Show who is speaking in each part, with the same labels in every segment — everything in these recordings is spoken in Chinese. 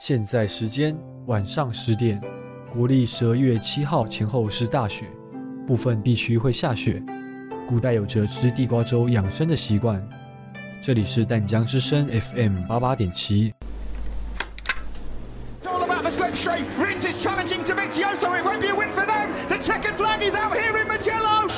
Speaker 1: 现在时间晚上十点，国历十二月七号前后是大雪，部分地区会下雪。古代有着吃地瓜粥养生的习惯。这里是淡江之声 FM 八八点七。
Speaker 2: It's all about the slipstream. Rins is challenging Davizioso. It won't be a win for them. The checkered flag is out here in Magello.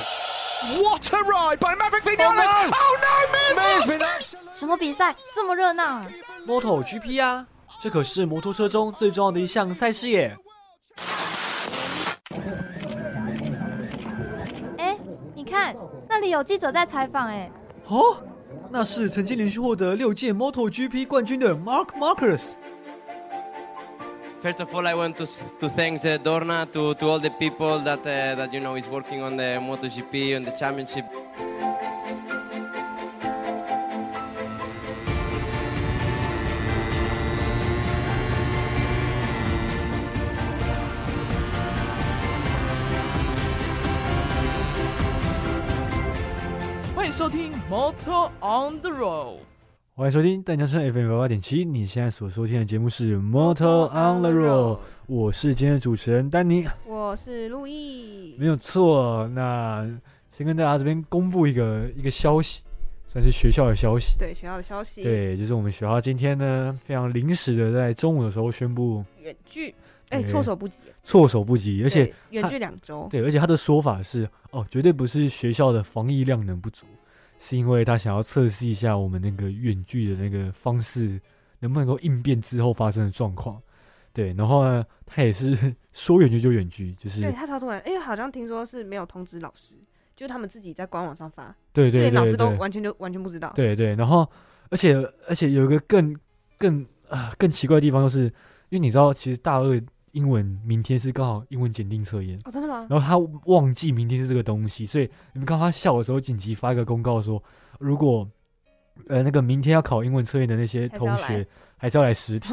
Speaker 2: What a ride by Maverick Vinales. Oh no, Mears lost it.
Speaker 3: 什么比赛这么热闹啊？
Speaker 1: MotoGP 啊，这可是摩托车中最重要的一项赛事耶！
Speaker 3: 哎，你看那里有记者在采访哎。
Speaker 1: 哦，那是曾经连续获得六届 MotoGP 冠军的 Mark Marcus。
Speaker 4: First of all, I want to, s- to thank uh, Dorna, to, to all the people that, uh, that you know is working on the MotoGP and the championship.
Speaker 5: 欢迎收听《Motor on the Road》。
Speaker 1: 欢迎收听淡江声 FM 八八点七，你现在所收听的节目是《Motor on the Road》，我是今天的主持人丹尼，
Speaker 6: 我是陆毅
Speaker 1: 没。有错。那先跟大家这边公布一个一个消息，算是学校的消息。
Speaker 6: 对学校的消息，
Speaker 1: 对，就是我们学校今天呢非常临时的在中午的时候宣布
Speaker 6: 远距，哎、
Speaker 1: 对
Speaker 6: 措手不及。
Speaker 1: 措手不及，而且
Speaker 6: 对远距两周，
Speaker 1: 对，而且他的说法是，哦，绝对不是学校的防疫量能不足，是因为他想要测试一下我们那个远距的那个方式能不能够应变之后发生的状况。对，然后呢，他也是说远距就远距，就是
Speaker 6: 对他超突然，因为好像听说是没有通知老师，就是他们自己在官网上发，
Speaker 1: 对
Speaker 6: 就
Speaker 1: 对
Speaker 6: 连老
Speaker 1: 对
Speaker 6: 师都
Speaker 1: 对
Speaker 6: 完全就完全不知
Speaker 3: 啊
Speaker 6: 道。
Speaker 1: 对对，然后而且而且有一个更更啊、更奇怪的地方，就是因为你知道，其实大二英文明天是刚好英文检定测验，
Speaker 6: 哦，真的吗？
Speaker 1: 然后他忘记明天是这个东西，所以你们看他下午的时候紧急发一个公告说，如果呃那个明天要考英文测验的那些
Speaker 3: 还是
Speaker 1: 同
Speaker 3: 要
Speaker 1: 学
Speaker 3: 来
Speaker 1: 还是要来 实体，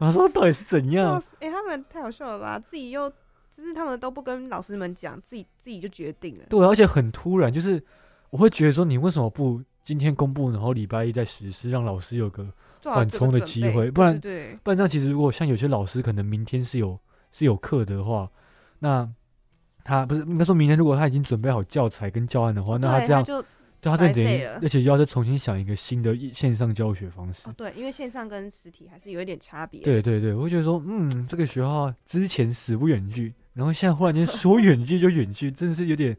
Speaker 1: 我说到底是怎
Speaker 6: 笑
Speaker 1: 样？
Speaker 6: 死！哎、他们太好笑了吧？自己又就是他们都不跟老师们讲，自己自己就决定了。
Speaker 1: 对，而且很突然，就是我会觉得说你为什么不今天公布，然后礼拜一再实施，让老师有个，
Speaker 6: 做好
Speaker 1: 缓
Speaker 6: 这个
Speaker 1: 冲的
Speaker 6: 准
Speaker 1: 机
Speaker 6: 备
Speaker 1: 会
Speaker 6: 对
Speaker 1: 不然
Speaker 6: 对对
Speaker 1: 不然这样其实如果像有些老师可能明天是有是有课的话，那他不是应该说明天如果他已经准备好教材跟教案的话，那他
Speaker 6: 哦对
Speaker 1: 这样
Speaker 6: 就
Speaker 1: 对他这
Speaker 6: 白
Speaker 1: 等于
Speaker 6: 费了
Speaker 1: 而且又要再重新想一个新的一线上教学方式
Speaker 6: 哦。对，因为线上跟实体还是有一点差别。
Speaker 1: 对对对，我会觉得说，嗯，这个学校之前死不远距，然后现在忽然间说远距就远距，真的是有点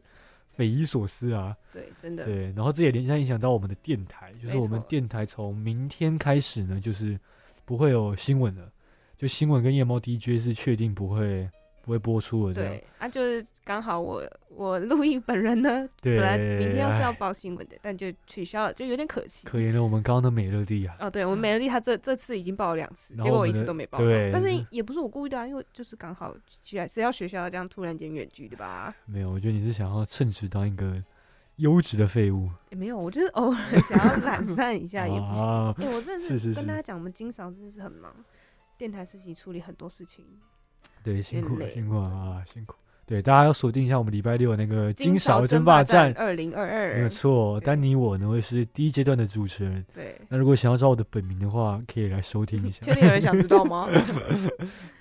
Speaker 1: 匪夷所思啊。
Speaker 6: 对，真的
Speaker 1: 对，然后这也连带影响到我们的电台，就是
Speaker 6: 没
Speaker 1: 我们
Speaker 6: 错
Speaker 1: 电台从明天开始呢，就是不会有新闻了，就新闻跟夜猫 DJ 是确定不会不会播出了这样。
Speaker 6: 对啊，就是刚好我我陆毅本人呢，
Speaker 1: 对，
Speaker 6: 本来明天要是要
Speaker 1: 哎
Speaker 6: 报新闻的，但就取消了，就有点可惜。
Speaker 1: 可怜了我们刚刚的美乐蒂啊。
Speaker 6: 哦，对，我们美乐蒂她这这次已经报了两次，
Speaker 1: 然后
Speaker 6: 结果
Speaker 1: 我
Speaker 6: 我
Speaker 1: 们
Speaker 6: 一次
Speaker 1: 的
Speaker 6: 都没报。
Speaker 1: 对
Speaker 6: 但
Speaker 1: 就是
Speaker 6: 是也不是我故意的、啊，因为就是刚好起来，谁要学校这样突然间远距的吧？
Speaker 1: 没有，我觉得你是想要称职当一个优质的废物。
Speaker 6: 也没有，我就是偶尔想要 懒散一下，也不是。
Speaker 1: 啊，
Speaker 6: 哎、我真的
Speaker 1: 是是
Speaker 6: 跟
Speaker 1: 是
Speaker 6: 大家讲，我们经常真的是很忙，电台事情处理很多事情，
Speaker 1: 对，辛苦了，
Speaker 6: 累
Speaker 1: 辛苦了啊，辛苦。对，大家要锁定一下我们礼拜六的那个金
Speaker 6: 勺
Speaker 1: 勺
Speaker 6: 争
Speaker 1: 争霸
Speaker 6: 战
Speaker 1: 战，
Speaker 6: 二零二
Speaker 1: 没有
Speaker 6: 二，
Speaker 1: 错。
Speaker 6: 对
Speaker 1: 丹尼我呢会是第一阶段的主持人，
Speaker 6: 对。
Speaker 1: 那如果想要找我的本名的话，可以来收听一下
Speaker 6: 确。定有人想知道吗？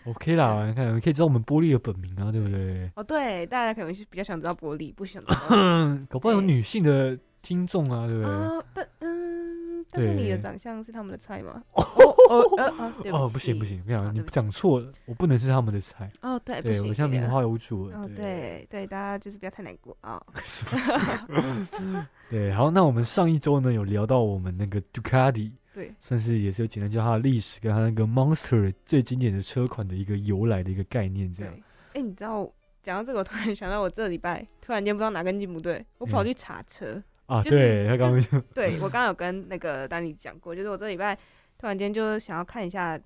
Speaker 1: OK 啦，你看，可以知道我们玻璃的本名啊，对不对？
Speaker 6: 哦，对，大家可能是比较想知道玻璃，不想知道
Speaker 1: 嗯，搞不好有女性的听众啊， 对不对？
Speaker 6: 啊，但嗯，但是你的
Speaker 1: 对
Speaker 6: 长相是他们的菜 吗？哦哦呃啊，对
Speaker 1: 哦，
Speaker 6: 不
Speaker 1: 不行不行，
Speaker 6: 起，
Speaker 1: 我跟你
Speaker 6: 啊
Speaker 1: 讲，你
Speaker 6: 对不起
Speaker 1: 讲错了，我不能是他们的菜。
Speaker 6: 哦对，不
Speaker 1: 对，
Speaker 6: 行，
Speaker 1: 我现在名
Speaker 6: 对
Speaker 1: 花有主了
Speaker 6: 哦。，对对，大家就是不要太难过啊、
Speaker 1: 什么事对，好，那我们上一周呢有聊到我们那个 Ducati，
Speaker 6: 对，
Speaker 1: 算是也是有简单介绍它的历史跟它那个 Monster 最经典的车款的一个由来的一个概念，这
Speaker 6: 对，
Speaker 1: 样
Speaker 6: 哎、你知道讲到这个，我突然想到，我这礼拜突然间不知道哪根筋不对，我跑
Speaker 1: 嗯
Speaker 6: 去查车。
Speaker 1: 啊，
Speaker 6: 就是
Speaker 1: 对，他刚刚就
Speaker 6: 对我刚刚有跟那个丹尼讲过，就是我这礼拜突然间就是想要看一下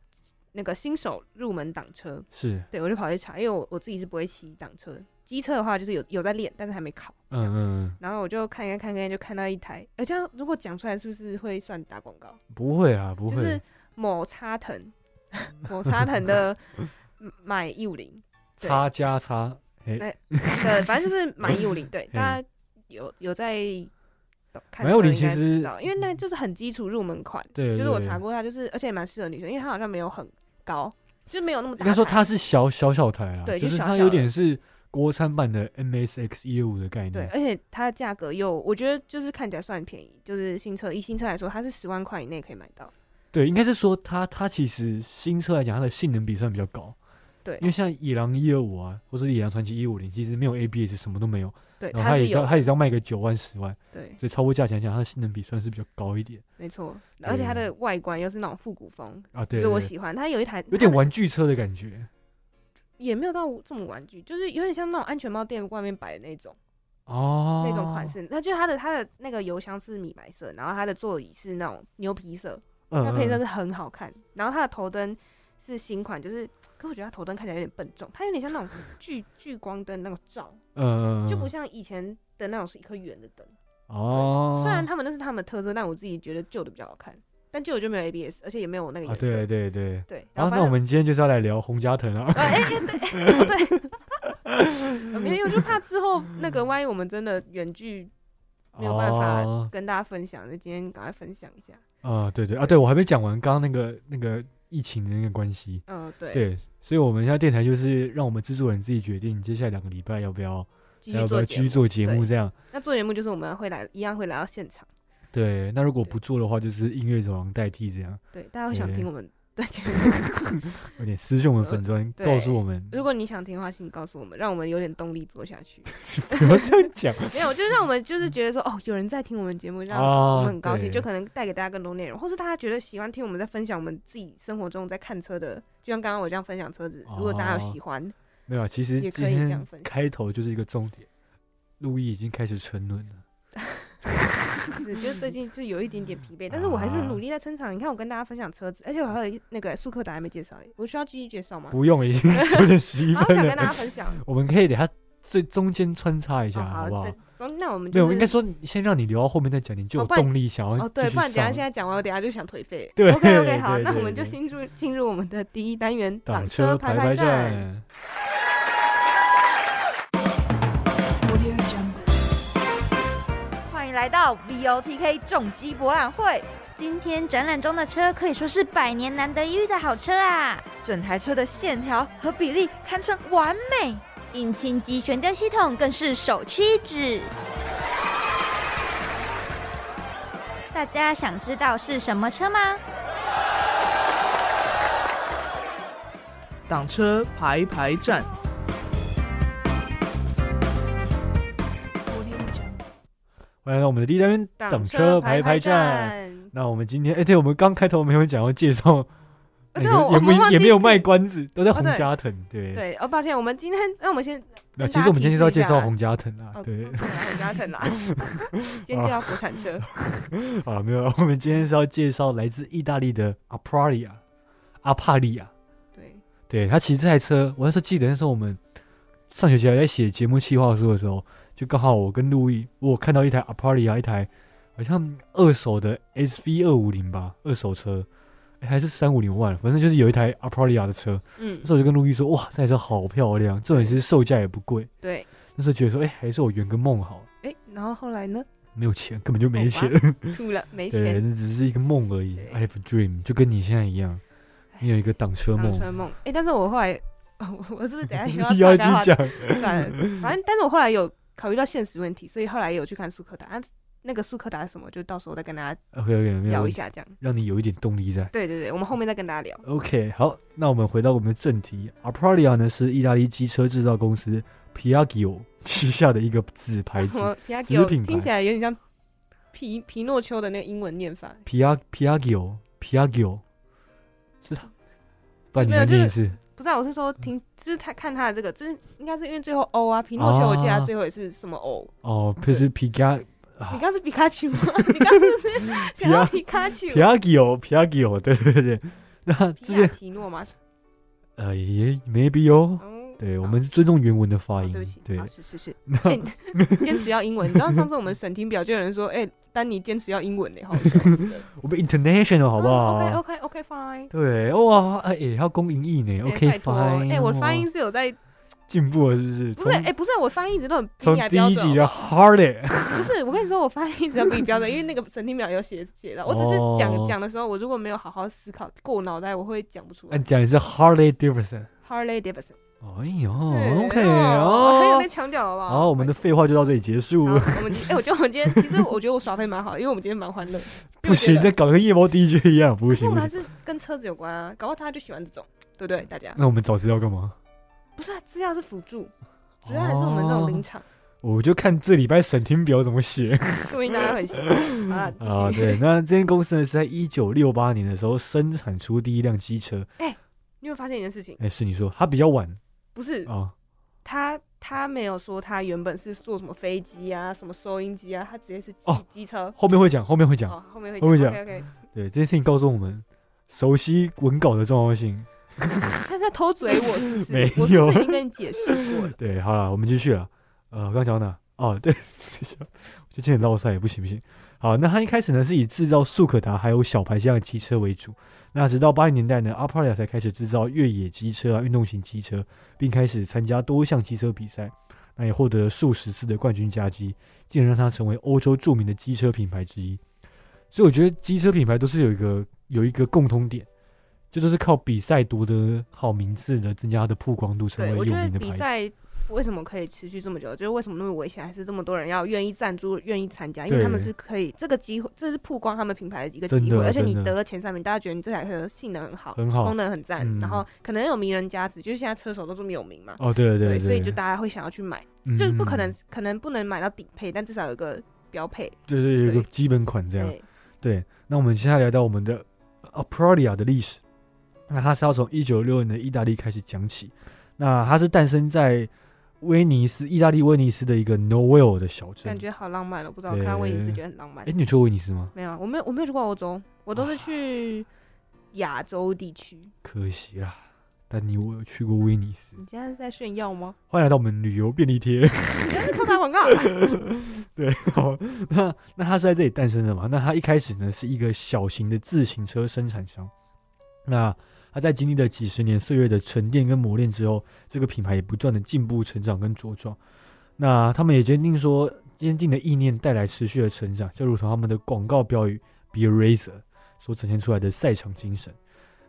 Speaker 6: 那个新手入门挡车，
Speaker 1: 是，
Speaker 6: 对我就跑去查，因为我我自己是不会骑挡车的，机车的话就是有有在练，但是还没考。
Speaker 1: 嗯嗯，
Speaker 6: 然后我就看一看看一看，就看到一台，呃，这样如果讲出来是不是会算打广告？
Speaker 1: 嗯不会啊，不
Speaker 6: 就
Speaker 1: 会，
Speaker 6: 是某叉腾， 某叉 腾的买一五零，对
Speaker 1: 叉加叉，
Speaker 6: 对，反正就是买一五零， 对，
Speaker 1: 嗯
Speaker 6: 大家有有在懂看
Speaker 1: 买150
Speaker 6: 车应该
Speaker 1: 其实
Speaker 6: 知道因为那就是很基础入门款，
Speaker 1: 对，
Speaker 6: 就是我
Speaker 1: 对
Speaker 6: 查过它，就是而且也蛮适合女生，因为它好像没有很高，就没有那么
Speaker 1: 应
Speaker 6: 大的台。
Speaker 1: 该说它是小小小台啦，
Speaker 6: 对
Speaker 1: 就
Speaker 6: 就是小
Speaker 1: 它
Speaker 6: 小
Speaker 1: 有
Speaker 6: 的
Speaker 1: 点是国产版的 MSX 一五的概
Speaker 6: 对，
Speaker 1: 念，
Speaker 6: 而且它的价格又，我觉得就是看起来算便宜，就是新车以新车来说，它是十万块以内可以买到。
Speaker 1: 对，应该是说它它其实新车来讲，它的性能比算比较高，
Speaker 6: 对
Speaker 1: 因为像野狼一二五啊，或是野狼传奇一五零，其实没有 ABS，什么都没有，
Speaker 6: 对，
Speaker 1: 哦然后它也
Speaker 6: 是
Speaker 1: 是要
Speaker 6: 有，
Speaker 1: 它也是要卖个九万十万，
Speaker 6: 对，
Speaker 1: 所以超过价钱来讲，它的性能比算是比较高一点
Speaker 6: 没错。
Speaker 1: 对
Speaker 6: 而且它的外观又是那种复古风，
Speaker 1: 啊，
Speaker 6: 就
Speaker 1: 对
Speaker 6: 是我
Speaker 1: 对
Speaker 6: 喜欢。它有一台
Speaker 1: 有点
Speaker 6: 它的
Speaker 1: 玩具车的感觉
Speaker 6: 也没有到这么玩具，就是有点像那种安全帽店外面摆的那种、
Speaker 1: 哦，
Speaker 6: 那种款，式。那就是它的它的那个油箱是米白色，然后它的座椅是那种牛皮色，
Speaker 1: 嗯，
Speaker 6: 它配色
Speaker 1: 嗯
Speaker 6: 是很好看。然后它的头灯是新款，就是，可我觉得它头灯看起来有点笨重，它有点像那种 聚聚光灯那种罩，
Speaker 1: 嗯，嗯
Speaker 6: 就不
Speaker 1: 嗯
Speaker 6: 像以前的那种是一颗圆的灯。
Speaker 1: 哦，
Speaker 6: 虽然他们那是他们的特色，但我自己觉得旧的比较好看，但旧的就没有 ABS，而且也没有那个
Speaker 1: 啊，
Speaker 6: 颜色。
Speaker 1: 对对对。
Speaker 6: 对，然
Speaker 1: 啊，
Speaker 6: 后反
Speaker 1: 那我
Speaker 6: 正
Speaker 1: 们今天就是要来聊洪家腾啊，
Speaker 6: 呃没有，就怕之后那个万一我们真的远距没有办
Speaker 1: 哦
Speaker 6: 法跟大家分享，那今天赶快分享一下。
Speaker 1: 啊、对对啊，对我还没讲完刚刚那个那个疫情的那个关系，
Speaker 6: 嗯，对，
Speaker 1: 对，所以我们现在电台就是让我们制作人自己决定接下来两个礼拜要不要
Speaker 6: 继续
Speaker 1: 要不要
Speaker 6: 做
Speaker 1: 继
Speaker 6: 节
Speaker 1: 续
Speaker 6: 目。
Speaker 1: 做节目
Speaker 6: 对
Speaker 1: 这样，
Speaker 6: 那做节目就是我们会来，一样会来到现场。
Speaker 1: 对，那如果
Speaker 6: 对
Speaker 1: 不做的话，就是音乐走廊代替这样，
Speaker 6: 对，大家会想
Speaker 1: 对
Speaker 6: 听我们的节目。
Speaker 1: 有点私讯我们粉砖，
Speaker 6: 呃对
Speaker 1: 告诉我们，
Speaker 6: 如果你想听的话，请告诉我们，让我们有点动力做下去。
Speaker 1: 不要这样讲
Speaker 6: 没有，就是让我们就是觉得说，哦，有人在听我们节目，让
Speaker 1: 哦
Speaker 6: 我们很高兴，
Speaker 1: 对
Speaker 6: 就可能带给大家更多内容，或是大家觉得喜欢听我们在分享我们自己生活中在看车的，就像刚刚我这样分享车子，如果大家有喜欢，
Speaker 1: 没有啊，其实
Speaker 6: 也
Speaker 1: 今
Speaker 6: 可以这样
Speaker 1: 天
Speaker 6: 分享
Speaker 1: 开头就是一个重点，陆毅已经开始沉沦
Speaker 6: 啊
Speaker 1: 了，
Speaker 6: 我觉得最近就有一点点疲惫，但是我还是很努
Speaker 1: 啊
Speaker 6: 力在撑场。你看我跟大家分享车子，而且我还有那个速克达还没介绍，我需要继续介绍吗？
Speaker 1: 不用了，已经九 点十一
Speaker 6: 好，我
Speaker 1: 分
Speaker 6: 想跟大家
Speaker 1: 了，
Speaker 6: 分享。
Speaker 1: 我们可以等下最中间穿插一
Speaker 6: 哦
Speaker 1: 下，好不
Speaker 6: 好，
Speaker 1: 好
Speaker 6: 对？总那我们
Speaker 1: 没
Speaker 6: 就
Speaker 1: 有，
Speaker 6: 是
Speaker 1: 应该说先让你留到后面再讲，你就有
Speaker 6: 哦不然
Speaker 1: 动力想要
Speaker 6: 哦，对，
Speaker 1: 继续
Speaker 6: 不然等一下
Speaker 1: 上
Speaker 6: 现在讲完，我等一下就想颓废了。
Speaker 1: 对
Speaker 6: OK OK，好，
Speaker 1: 对
Speaker 6: 那
Speaker 1: 对
Speaker 6: 我们就
Speaker 1: 对
Speaker 6: 进入进入我们的第一单元
Speaker 1: 挡
Speaker 6: 车
Speaker 1: 车排
Speaker 6: 排
Speaker 1: 排
Speaker 6: 站。
Speaker 1: 站。
Speaker 7: 欢迎来到 VOTK 重击博览会，
Speaker 3: 今天展览中的车可以说是百年难得一遇的好车啊！
Speaker 7: 整台车的线条和比例堪称完美。
Speaker 3: 引擎及悬吊系统更是首屈一指。大家想知道是什么车吗？
Speaker 5: 挡车排排站，
Speaker 1: 欢迎来到我们的第一单元挡车排排站。。那我们今天，哎、对，我们刚开头没有讲要介 绍，
Speaker 6: 呃
Speaker 1: 哎
Speaker 6: 对，我
Speaker 1: 也
Speaker 6: 我们
Speaker 1: 没
Speaker 6: 忘记
Speaker 1: 也没有卖
Speaker 6: 自
Speaker 1: 关子，都在
Speaker 6: 哦
Speaker 1: 洪
Speaker 6: 对
Speaker 1: 家腾，对。
Speaker 6: 对，哦，抱歉，我们今天，那我们先，
Speaker 1: 那
Speaker 6: 跟
Speaker 1: 其
Speaker 6: 大
Speaker 1: 实
Speaker 6: 家
Speaker 1: 我们今天
Speaker 6: 提
Speaker 1: 是要
Speaker 6: 示一
Speaker 1: 介绍
Speaker 6: 下
Speaker 1: 洪家腾啊，
Speaker 6: 哦，
Speaker 1: 对
Speaker 6: 不，可能很 加疼啦。 今天介绍国产车，
Speaker 1: 啊，没有，我们今天是要介绍来自意大利的 Aprilia，阿帕利亚，
Speaker 6: 对，
Speaker 1: 对，它其实这台车，我那时候记得那时候我们上学期还在写节目企划书的时候，就刚好我跟陆毅，我有看到一台 Aprilia，一台好像二手的 SV 二五零吧，二手车，诶还是三五零万，反正就是有一台 Aprilia 的车。
Speaker 6: 嗯
Speaker 1: 那时，候我就跟陆毅说，哇，这台车好漂亮，重点是售价也不贵。
Speaker 6: 对，
Speaker 1: 那时候觉得说，哎、还是我圆个梦好了，
Speaker 6: 哎，然后后来呢？哦
Speaker 1: 没有钱，根本就没钱，
Speaker 6: 吐了，没
Speaker 1: 对，
Speaker 6: 钱，
Speaker 1: 那只是一个梦而已
Speaker 6: 对
Speaker 1: ，I have a dream，就跟你现在一样，你有一个挡车
Speaker 6: 当
Speaker 1: 梦，
Speaker 6: 春梦。哎，但是我后来，哦我是不是等一下又
Speaker 1: 要
Speaker 6: 要
Speaker 1: 继
Speaker 6: 岔开话
Speaker 1: 续
Speaker 6: 题
Speaker 1: 讲，
Speaker 6: 算了，反正，但是我后来有考虑到现实问题，所以后来也有去看速克达。啊那个速克达是什么，就到时候再跟大家
Speaker 1: OK OK，没有
Speaker 6: 聊
Speaker 1: 问
Speaker 6: 一
Speaker 1: 题，
Speaker 6: 下，这样。
Speaker 1: 让你有一点动力在。
Speaker 6: 对对对，我们后面再跟大家聊。
Speaker 1: OK，好，那我们回到我们的正题，Aprilia 呢是意大利机车制造公司 Piaggio 旗下的一个子牌
Speaker 6: 什
Speaker 1: 子
Speaker 6: 么皮亚
Speaker 1: 子
Speaker 6: 吉欧
Speaker 1: 品牌
Speaker 6: 听起来有点像皮皮诺丘的那个英文念法，
Speaker 1: ，Pia Piaggio Piaggio，是它，不然你
Speaker 6: 没有
Speaker 1: 来
Speaker 6: 就
Speaker 1: 念一
Speaker 6: 是
Speaker 1: 次。
Speaker 6: 不是、啊，我是说
Speaker 1: 嗯
Speaker 6: 听，就是他看他的这个，就是应该是因为最后 O 啊，皮诺丘，我记得他最后也是什么 O，、
Speaker 1: 哦，就是啊 Pia
Speaker 6: 你刚刚是皮卡 丘吗？你刚刚是不是想要皮卡丘？
Speaker 1: 啊 Piaggio Piaggio，对对对对，那之
Speaker 6: 皮亚
Speaker 1: 前
Speaker 6: 奇诺吗？
Speaker 1: 呃也 maybe 哦，
Speaker 6: 嗯，
Speaker 1: 对
Speaker 6: 好
Speaker 1: 我们尊重原文的发
Speaker 6: 哦
Speaker 1: 音
Speaker 6: 对不起，，
Speaker 1: 对
Speaker 6: 啊，是 是是，哎你坚持要英文。你知道上次我们审听表就有人说，哎，丹尼坚持要英文呢，好笑哦什么的
Speaker 1: 我们 international 好不
Speaker 6: ？OK
Speaker 1: 好？
Speaker 6: OK OK fine。
Speaker 1: 对，哇，哎，也要公音译呢
Speaker 6: 哎
Speaker 1: ，OK
Speaker 6: 拜托
Speaker 1: fine，
Speaker 6: 哎，我
Speaker 1: 哦
Speaker 6: 发音是有在
Speaker 1: 进步了是不是？
Speaker 6: 不是，
Speaker 1: 从
Speaker 6: 哎、不是，我发音一直都很比
Speaker 1: 从
Speaker 6: 你还
Speaker 1: 第
Speaker 6: 标
Speaker 1: 一
Speaker 6: 准
Speaker 1: 集
Speaker 6: 哦。
Speaker 1: 的 Hardy，
Speaker 6: 不是，我跟你说，我发音一直都比你标准，因为那个神听表有写写到。我只是
Speaker 1: 哦
Speaker 6: 讲讲的时候，我如果没有好好思考过脑袋，我会讲不出来
Speaker 1: 按。哎讲也是 Harley Davidson。
Speaker 6: Harley Davidson。
Speaker 1: 哎呦
Speaker 6: 是
Speaker 1: ，OK
Speaker 6: 还有
Speaker 1: 哦
Speaker 6: 在，强调好不好？
Speaker 1: 好，我们的废话就到这里结束
Speaker 6: 好。
Speaker 1: 了。
Speaker 6: 我们哎、我觉得我们今天其实我觉得我耍飞蛮好的，因为我们今天蛮欢乐。
Speaker 1: 不行，再搞跟夜猫 DJ 一样，不
Speaker 6: 可是
Speaker 1: 行
Speaker 6: 我
Speaker 1: 不
Speaker 6: 们还
Speaker 1: 行。
Speaker 6: 是跟车子有关啊，搞不好他就喜欢这种，对不对？大家
Speaker 1: 那我们找资料干嘛？
Speaker 6: 不是啊，资料是辅助，主要还是我们这种临场，
Speaker 1: 我就看这礼拜审听表怎么 写
Speaker 6: 说明大家很喜欢啊。继续
Speaker 1: 啊。对，， 那这间公司呢是在一九六八年的时候生产出第一辆机车。
Speaker 6: 你有没有发现一件事情？
Speaker 1: 哎，是你说它比较晚
Speaker 6: 不是
Speaker 1: 啊？
Speaker 6: 他他没有说他原本是做什么飞机啊、什么收音机啊，他直接是机
Speaker 1: 哦
Speaker 6: 机车。
Speaker 1: 后面会讲，后面会讲。
Speaker 6: 哦，后面会
Speaker 1: 后面讲
Speaker 6: OK OK，
Speaker 1: 对，这件事情告诉我们熟悉文稿的重要性。
Speaker 6: 他在偷嘴我是不 是
Speaker 1: 没？
Speaker 6: 我是
Speaker 1: 有
Speaker 6: 不是已经跟你解释 过了？
Speaker 1: 对，好了，我们继续了。呃，我刚讲到哪？哦，对， 我就今天绕赛也不行不行。好，那他一开始呢是以制造速可达还有小排这样的机车为主，那直到八零年代呢，阿帕利亚才开始制造越野机车啊、运动型机车，并开始参加多项机车比赛，那也获得了数十次的冠军佳绩，进而让它成为欧洲著名的机车品牌之一。所以我觉得机车品牌都是有一个有一个共通点，这就是靠比赛夺得好名次的，增加它的曝光度，成
Speaker 6: 对，
Speaker 1: 为有
Speaker 6: 我觉得
Speaker 1: 名的牌
Speaker 6: 比
Speaker 1: 子。
Speaker 6: 赛为什么可以持续这么久，就是为什么那么危险，还是这么多人要愿意赞助、愿意参加，因为
Speaker 1: 对
Speaker 6: 他们是可以这个机会，这是曝光他们品牌的一个
Speaker 1: 真
Speaker 6: 机
Speaker 1: 的
Speaker 6: 会，而且你
Speaker 1: 真的
Speaker 6: 得了前三名，大家觉得你这台车性能很好，
Speaker 1: 很好
Speaker 6: 功能很赞，
Speaker 1: 嗯
Speaker 6: 然后可能有名人加持，就是现在车手都这么有名嘛，
Speaker 1: 哦，对对对嗯
Speaker 6: 所以就大家会想要去买，就是不可能，可能不能买到底配，但至少有个标配，哎
Speaker 1: 对对，有一
Speaker 6: 对
Speaker 1: 个基本款这样。
Speaker 6: 对，
Speaker 1: 对，啊那我们接下来聊到我们的 Aprilia 的历史。那它是要从一九六零年的意大利开始讲起。那它是诞生在威尼斯，意大利威尼斯的一个 Noel 的小镇。
Speaker 6: 感觉好浪漫了，不知道我
Speaker 1: 对
Speaker 6: 看到威尼斯觉得很浪漫
Speaker 1: 哎，，你有去过威尼斯吗？
Speaker 6: 没有啊，我没有，我没有去过欧洲，我都是去亚洲地区，
Speaker 1: 可惜啦，但你我有去过威尼斯。
Speaker 6: 你现在是在炫 耀吗？
Speaker 1: 欢迎来到我们旅游便利贴。
Speaker 6: 扣打广告。
Speaker 1: 对，好，那那他是在这里诞生的嘛？那他一开始呢是一个小型的自行车生产商，那他在经历了几十年岁月的沉淀跟磨练之后，这个品牌也不断的进步、成长跟茁壮。那他们也坚定说，坚定的意念带来持续的成长，就如同他们的广告标语 “Be a Racer” 所呈现出来的赛场精神。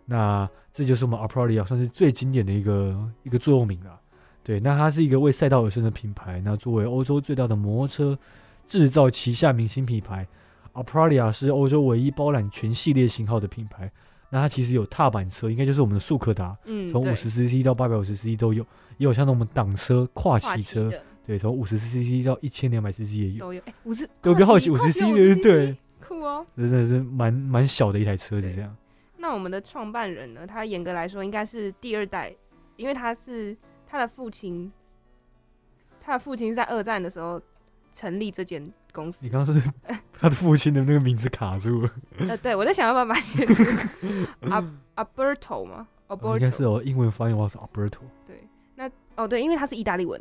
Speaker 1: 那这就是我们 Aprilia 算是最经典的一个一个座右铭了。对，那它是一个为赛道而生的品牌，那作为欧洲最大的摩托车制造旗下明星品牌，Aprilia 是欧洲唯一包揽全系列型号的品牌。那它其实有踏板车，应该就是我们的速可达，
Speaker 6: 嗯，
Speaker 1: 从
Speaker 6: 对
Speaker 1: 五十 cc 到八百五十 cc 都有，也有像那种我们挡车、跨
Speaker 6: 跨
Speaker 1: 骑
Speaker 6: 骑
Speaker 1: 车，
Speaker 6: 的
Speaker 1: 对，从五十 cc 到一千两百 cc 也有。
Speaker 6: 都有，哎，五十，
Speaker 1: 对，我比较好奇五十 cc
Speaker 6: 跨骑
Speaker 1: 的，
Speaker 6: 50
Speaker 1: 对，
Speaker 6: 酷哦。
Speaker 1: 这真的是蛮蛮小的一台车子
Speaker 6: 对
Speaker 1: 这样。
Speaker 6: 那我们的创办人呢？他严格来说应该是第二代，因为他是他的父亲，他的父亲在二战的时候成立这间公司
Speaker 1: 你。刚刚说是他的父亲的那个名字卡住了，
Speaker 6: 呃，对我在想要不要把你 的 a b e r t o 吗
Speaker 1: 哦应该是
Speaker 6: ？Alberto，
Speaker 1: 哦，英文发音我是 Alberto。
Speaker 6: 对，那哦对，因为他是意大利文，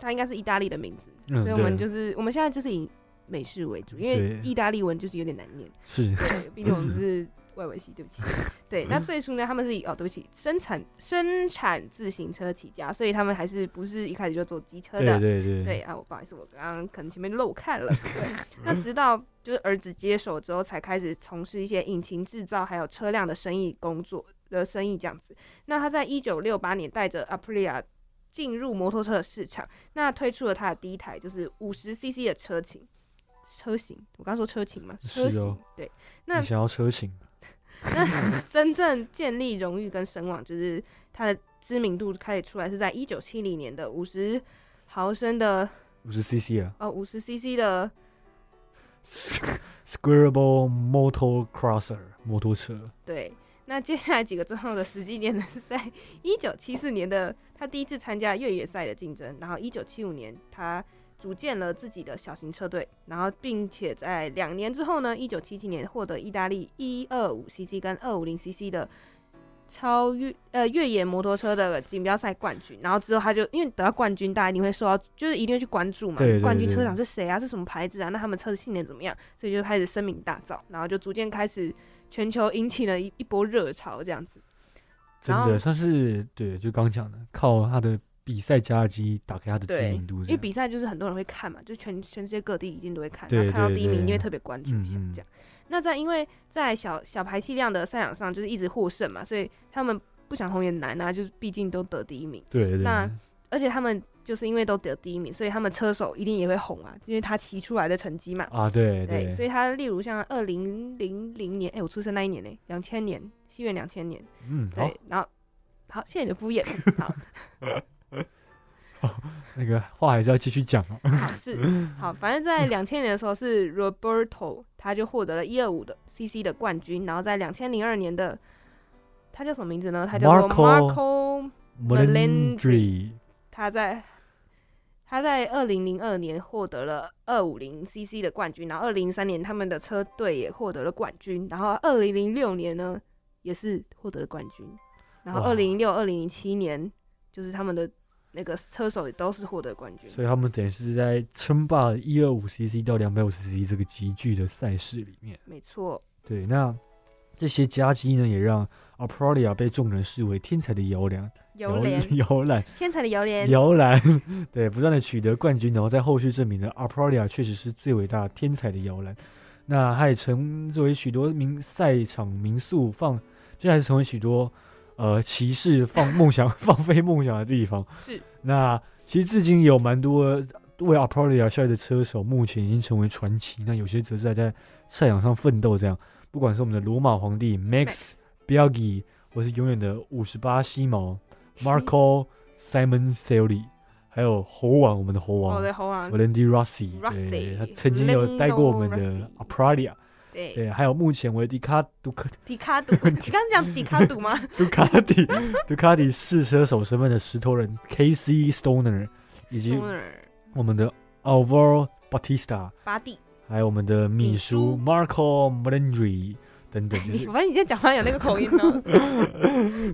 Speaker 6: 他应该是意大利的名字，
Speaker 1: 嗯，
Speaker 6: 所以我们就
Speaker 1: 对，
Speaker 6: 是我们现在就是以美式为主，因为
Speaker 1: 对
Speaker 6: 意大利文就是有点难念。
Speaker 1: 是
Speaker 6: 对，毕竟我们是外文系，对不起。对，那最初呢，他们是以哦，对不起，生产生产自行车起家，所以他们还是不是一开始就做机车
Speaker 1: 对
Speaker 6: 的。
Speaker 1: 对对
Speaker 6: 对，啊，我不好意思，我刚刚可能前面漏看了。对，那直到就是儿子接手之后，才开始从事一些引擎制造还有车辆的生意工作的生意这样子。那他在一九六八年带着 Aprilia 进入摩托车的市场，那推出了他的第一台就是五十 CC 的车型。车型，我刚刚说车型嘛，车
Speaker 1: 是
Speaker 6: 型、
Speaker 1: 哦
Speaker 6: 对。那
Speaker 1: 你想要车型，
Speaker 6: 那真正建立荣誉跟声望，就是它的知名度开始出来，是在一九七零年的五十毫升的
Speaker 1: 五十 cc 啊
Speaker 6: 呃五十 CC 的，
Speaker 1: ，Squirable Motor Crosser 摩托车，
Speaker 6: 对。那接下来几个重要的时机点呢，是在一九七四年的他第一次参加越野赛的竞争，然后一九七五年他组建了自己的小型车队，然后并且在两年之后呢，一九七七年获得意大利一二五 CC 跟二五零 CC 的超越呃越野摩托车的锦标赛冠军，然后之后他就因为得到冠军，大家一定会受到就是一定会去关注嘛，
Speaker 1: 对对
Speaker 6: 冠军
Speaker 1: 对
Speaker 6: 车厂是谁啊，是什么牌子啊，那他们车子性能怎么样，所以就开始声名大噪，然后就逐渐开始全球引起了一一波热潮这样子。
Speaker 1: 真
Speaker 6: 然后
Speaker 1: 的算是对，就刚讲的，靠它的比赛加机打开他的知
Speaker 6: 对
Speaker 1: 名度，
Speaker 6: 因
Speaker 1: 这
Speaker 6: 为
Speaker 1: 样
Speaker 6: 比赛就是很多人会看嘛，就全全世界各地一定都会看，
Speaker 1: 对
Speaker 6: 然后看到
Speaker 1: 对
Speaker 6: 第一名一定
Speaker 1: 对
Speaker 6: 会特别关注一下
Speaker 1: 嗯嗯
Speaker 6: 这样。那在因为在小小排气量的赛场上就是一直获胜嘛，所以他们不想红也难啊，就是毕竟都得第一名，
Speaker 1: 对对
Speaker 6: 那
Speaker 1: 对
Speaker 6: 而且他们就是因为都得第一名，所以他们车手一定也会红啊，因为他骑出来的成绩嘛。
Speaker 1: 啊，对
Speaker 6: 对，所
Speaker 1: 对，
Speaker 6: 以他例如像二零零零年，哎、我出生那一年呢、两千年，西元两千年，
Speaker 1: 嗯，好
Speaker 6: 对，，然后好，谢谢你 的敷衍，好，
Speaker 1: 那个话还是要继续讲 啊。
Speaker 6: 好是好，反正
Speaker 1: 嗯
Speaker 6: 在两千年的时候是 Roberto，他就获得了一二五的 CC 的冠军，然后在两千零二年的他叫什么名字呢？他叫做
Speaker 1: Marco
Speaker 6: Marco，
Speaker 1: Melendry，
Speaker 6: 他在他在二零零二年获得了二五零 CC 的冠军，然后二零零三年他们的车队也获得了冠军，然后二零零六年呢也是获得了冠军，然后
Speaker 1: 哇
Speaker 6: 二零零六、二零零七年就是他们的那个车手也都是获得冠军。
Speaker 1: 所以他们等于是在称霸一二五 CC 到两百五十 CC 这个集聚的赛事里面。
Speaker 6: 没错，
Speaker 1: 对，那这些夹击呢，也让 Aprilia 被众人视为天才的摇篮，
Speaker 6: 摇 篮，
Speaker 1: 摇篮，
Speaker 6: 天才的摇篮，
Speaker 1: 摇篮，对，不断的取得冠军，然后在后续证明了 Aprilia 确实是最伟大天才的摇篮。那他也成为许多名赛场民宿放，这还是成为许多呃骑士放梦想、 放飞梦想的地方。
Speaker 6: 是，
Speaker 1: 那其实至今有蛮多呃为 Aprilia 效力的车手，目前已经成为传奇。那有些则是还在赛场上奋斗，这样，不管是我们的罗马皇帝 Max b i a g i 或是永远的五十八西毛 Marco Simon s a l y 还有猴王，我们的猴
Speaker 6: 哦
Speaker 1: 王
Speaker 6: 对，猴王，
Speaker 1: Valendi Rossi，
Speaker 6: Rossi，
Speaker 1: 对，他曾经有带过我们的
Speaker 6: Valentino
Speaker 1: Aprilia，
Speaker 6: 对，
Speaker 1: 对，还有目前为迪卡 杜卡
Speaker 6: 迪 卡杜，你刚刚讲迪卡杜吗？
Speaker 1: 杜卡迪杜卡迪试车手身份的石头人 K C Stoner，以及
Speaker 6: Stoner，
Speaker 1: 我们的 Alvaro Bautista，
Speaker 6: 巴蒂，
Speaker 1: 还有我们的米
Speaker 6: 米
Speaker 1: 叔
Speaker 6: 叔
Speaker 1: Marco Melendry 等等，就
Speaker 6: 你
Speaker 1: 是
Speaker 6: 我发现你今天讲话有那个口音 哦，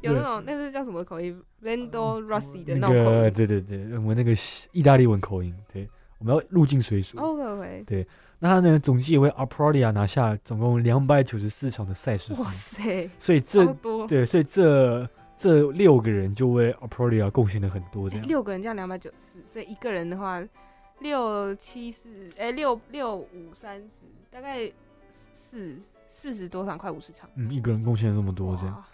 Speaker 6: 有那种那是叫什么口音？Vando Rossi 的
Speaker 1: 那
Speaker 6: 那种口
Speaker 1: 个
Speaker 6: 音。
Speaker 1: 对对对，我们那个意大利文口音，对，我们要入境随俗。
Speaker 6: OK OK，
Speaker 1: 那他呢，总计也为 Aprilia 拿下总共两百九十四场的赛事胜
Speaker 6: 哇
Speaker 1: 利，
Speaker 6: 塞，
Speaker 1: 所以
Speaker 6: 超
Speaker 1: 这
Speaker 6: 多，
Speaker 1: 对，所以这这六个人就为 Aprilia 贡献了很多，这
Speaker 6: 哎
Speaker 1: 样
Speaker 6: 六个人这样两百九十四，所以一个人的话六七四，哎六六五三十，大概四四十多场，快五十场，
Speaker 1: 嗯，一个人贡献了这么多，这样。
Speaker 6: 哇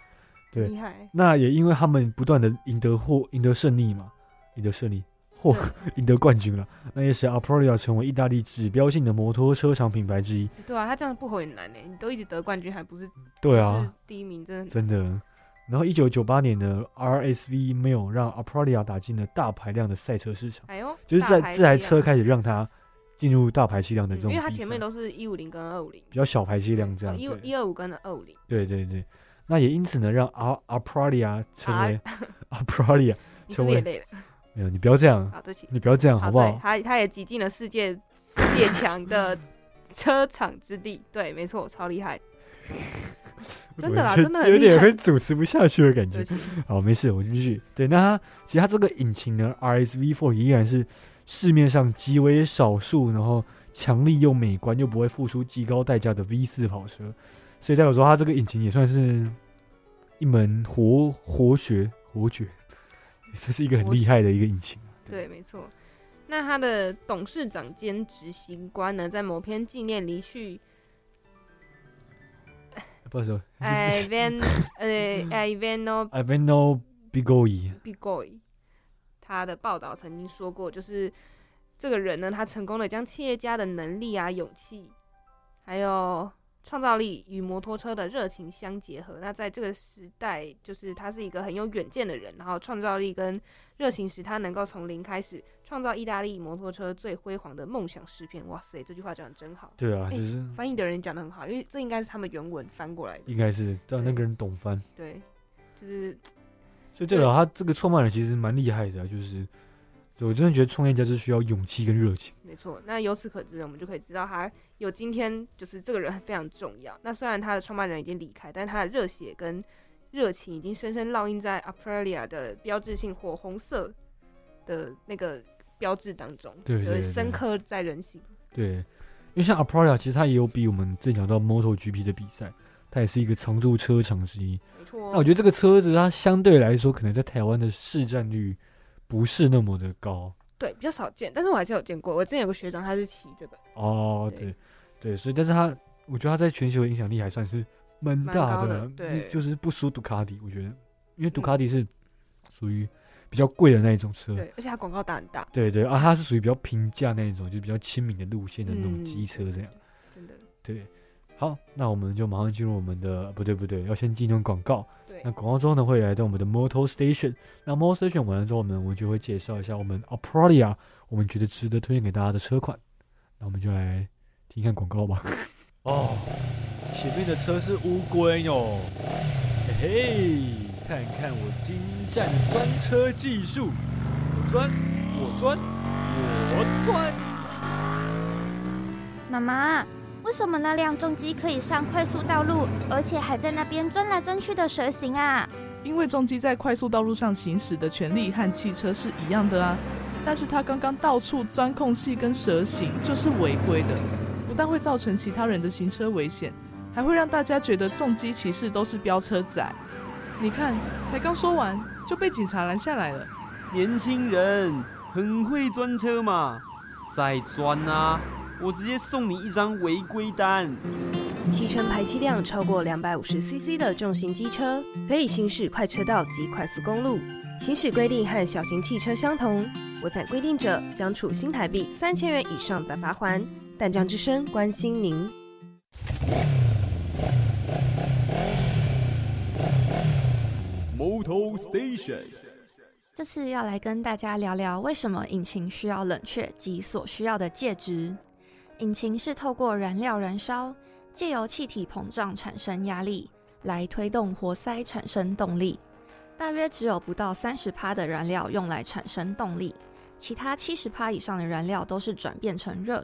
Speaker 1: 对
Speaker 6: 厉害，
Speaker 1: 那也因为他们不断的赢得获赢得胜利嘛，赢得胜利获 赢得冠军了，那也使 Aprilia 成为意大利指标性的摩托车厂品牌之一。
Speaker 6: 对啊，他这样不红很难呢，你都一直得冠军，还不是
Speaker 1: 对啊，
Speaker 6: 不是第一名，真的
Speaker 1: 真的。然后，一九九八年的 RSV Mail 让 Aprilia 打进了大排量的赛车市场，
Speaker 6: 哎呦，
Speaker 1: 就是在
Speaker 6: 大排
Speaker 1: 这台
Speaker 6: 气量
Speaker 1: 车开始让它进入大排气量的这种
Speaker 6: 嗯因
Speaker 1: 比
Speaker 6: 为
Speaker 1: 赛，
Speaker 6: 它前面都呃是一五零跟二五零，哦
Speaker 1: 比较小排气量这样。
Speaker 6: 一
Speaker 1: 对
Speaker 6: 一二五跟二五零，
Speaker 1: 对对对，那也因此呢，让 A Aprilia 成为 Aprilia
Speaker 6: 你是
Speaker 1: 成
Speaker 6: 不是
Speaker 1: 为
Speaker 6: 也累了？
Speaker 1: 没有，你不要这样，
Speaker 6: 好，对不起，
Speaker 1: 你不要这样，好不
Speaker 6: 对
Speaker 1: 好，？
Speaker 6: 他他也挤进了世界世界强 的车厂之地，对，没错，超厉害，
Speaker 1: 我怎
Speaker 6: 真
Speaker 1: 么
Speaker 6: 的啦
Speaker 1: 觉得
Speaker 6: 真的很
Speaker 1: 有点
Speaker 6: 厉害
Speaker 1: 会主持不下去的感觉
Speaker 6: 对不。 起，
Speaker 1: 好，没事，我继续。对，那它其实它这个引擎呢，RSV4 依然是市面上极为少数，然后强力又美观又不会付出极高代价的 V4 跑车，所以代表说它这个引擎也算是一门活活学活学，也算是一个很
Speaker 6: 活
Speaker 1: 厉害的一个引擎。
Speaker 6: 对，没错。那他的董事长兼执行官呢，在某篇纪念 离去，
Speaker 1: 呃不好意思
Speaker 6: 哎 Van 呃哎 Vano
Speaker 1: i v a n o Bigoy，
Speaker 6: Bigoy 他的报道曾经说过，就是这个人呢，他成功的将企业家的能力啊、勇气，还有创造力与摩托车的热情相结合。那在这个时代，就是他是一个很有远见的人，然后创造力跟热情使他能够从零开始创造意大利摩托车最辉煌的梦想诗篇。哇塞，这句话讲的真好，
Speaker 1: 对啊，
Speaker 6: 哎
Speaker 1: 就是
Speaker 6: 翻译的人讲的很好，因为这应该是他们原文翻过来的。
Speaker 1: 应该是让那
Speaker 6: 对
Speaker 1: 个人懂翻，
Speaker 6: 对，就是
Speaker 1: 所以代表他这个创办人其实蛮厉害的啊、就是对我真的觉得创业家是需要勇气跟热情。
Speaker 6: 没错，那由此可知，我们就可以知道他有今天，就是这个人非常重要。那虽然他的创办人已经离开，但他的热血跟热情已经深深烙印在 Aprilia 的标志性火红色的那个标志当中，
Speaker 1: 对对
Speaker 6: 就
Speaker 1: 对
Speaker 6: 是深刻在人心。
Speaker 1: 对，因为像 Aprilia 其实它也有比我们之前讲到 MotoGP 的比赛，它也是一个常驻车厂之一。
Speaker 6: 没错，
Speaker 1: 那我觉得这个车子它相对来说，可能在台湾的市占率不是那么的高
Speaker 6: 对，比较少见，但是我还是有见过。我之前有个学长，他是骑这个，
Speaker 1: 哦，
Speaker 6: 对
Speaker 1: 对对，所以但是他，我觉得他在全球的影响力还算是蛮
Speaker 6: 蛮
Speaker 1: 大
Speaker 6: 高
Speaker 1: 的
Speaker 6: 的
Speaker 1: 啊，
Speaker 6: 对嗯
Speaker 1: 就是不输杜卡迪，我觉得，因为杜卡迪是属于比较贵的那一种车，
Speaker 6: 对，而且他广告打很大，
Speaker 1: 对对啊，它是属于比较平价那一种，就是比较亲民的路线的那种
Speaker 6: 嗯
Speaker 1: 机车这样。
Speaker 6: 真的。
Speaker 1: 对，好，那我们就马上进入我们的，不对不对，要先进入广告。
Speaker 6: 对
Speaker 1: 那，广告之后呢，会来到我们的 Motor Station。那 Motor Station 完了之后呢，我们就会介绍一下我们 Aprilia 我们觉得值得推荐给大家的车款。那我们就来听一看广告吧。哦，前面的车是乌龟哦，嘿嘿，看看我精湛的钻车技术，我钻，我钻，我钻。
Speaker 3: 妈妈，为什么那辆重机可以上快速道路，而且还在那边钻来钻去的蛇形啊？
Speaker 5: 因为重机在快速道路上行驶的权利和汽车是一样的啊，但是他刚刚到处钻空隙跟蛇行，就是违规的，不但会造成其他人的行车危险，还会让大家觉得重机骑士都是飙车仔。你看，才刚说完就被警察拦下来了。
Speaker 8: 年轻人很会钻车嘛，再钻啊！我直接送你一张违规单。
Speaker 6: 骑乘排气量超过两百五十 CC 的重型机车，可以行驶快车道及快速公路。行驶规定和小型汽车相同，违反规定者将处新台币三千元以上的罚款。淡江之声关心您。
Speaker 8: Moto Station，
Speaker 9: 这次要来跟大家聊聊为什么引擎需要冷却及所需要的介质。引擎是透过燃料燃烧，借由气体膨胀产生压力，来推动活塞产生动力。大约只有不到三十帕的燃料用来产生动力，其他七十帕以上的燃料都是转变成热。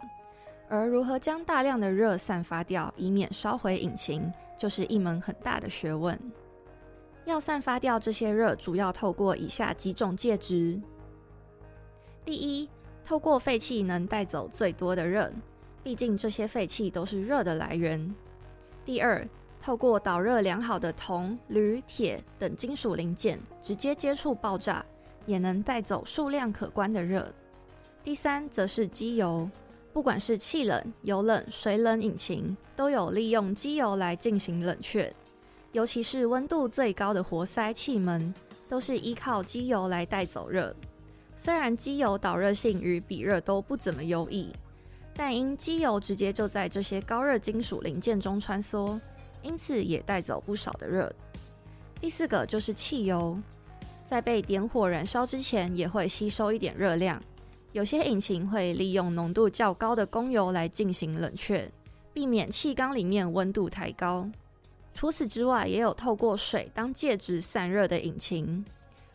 Speaker 9: 而如何将大量的热散发掉，以免烧毁引擎，就是一门很大的学问。要散发掉这些热，主要透过以下几种介质：第一，透过废气能带走最多的热，毕竟这些废气都是热的来源；第二，透过导热良好的铜、铝、铁等金属零件直接接触爆炸，也能带走数量可观的热；第三，则是机油。不管是气冷、油冷、水冷引擎，都有利用机油来进行冷却，尤其是温度最高的活塞气门，都是依靠机油来带走热。虽然机油导热性与比热都不怎么优异，但因机油直接就在这些高热金属零件中穿梭，因此也带走不少的热。第四个就是汽油，在被点火燃烧之前，也会吸收一点热量。有些引擎会利用浓度较高的供油来进行冷却，避免气缸里面温度太高。除此之外，也有透过水当介质散热的引擎。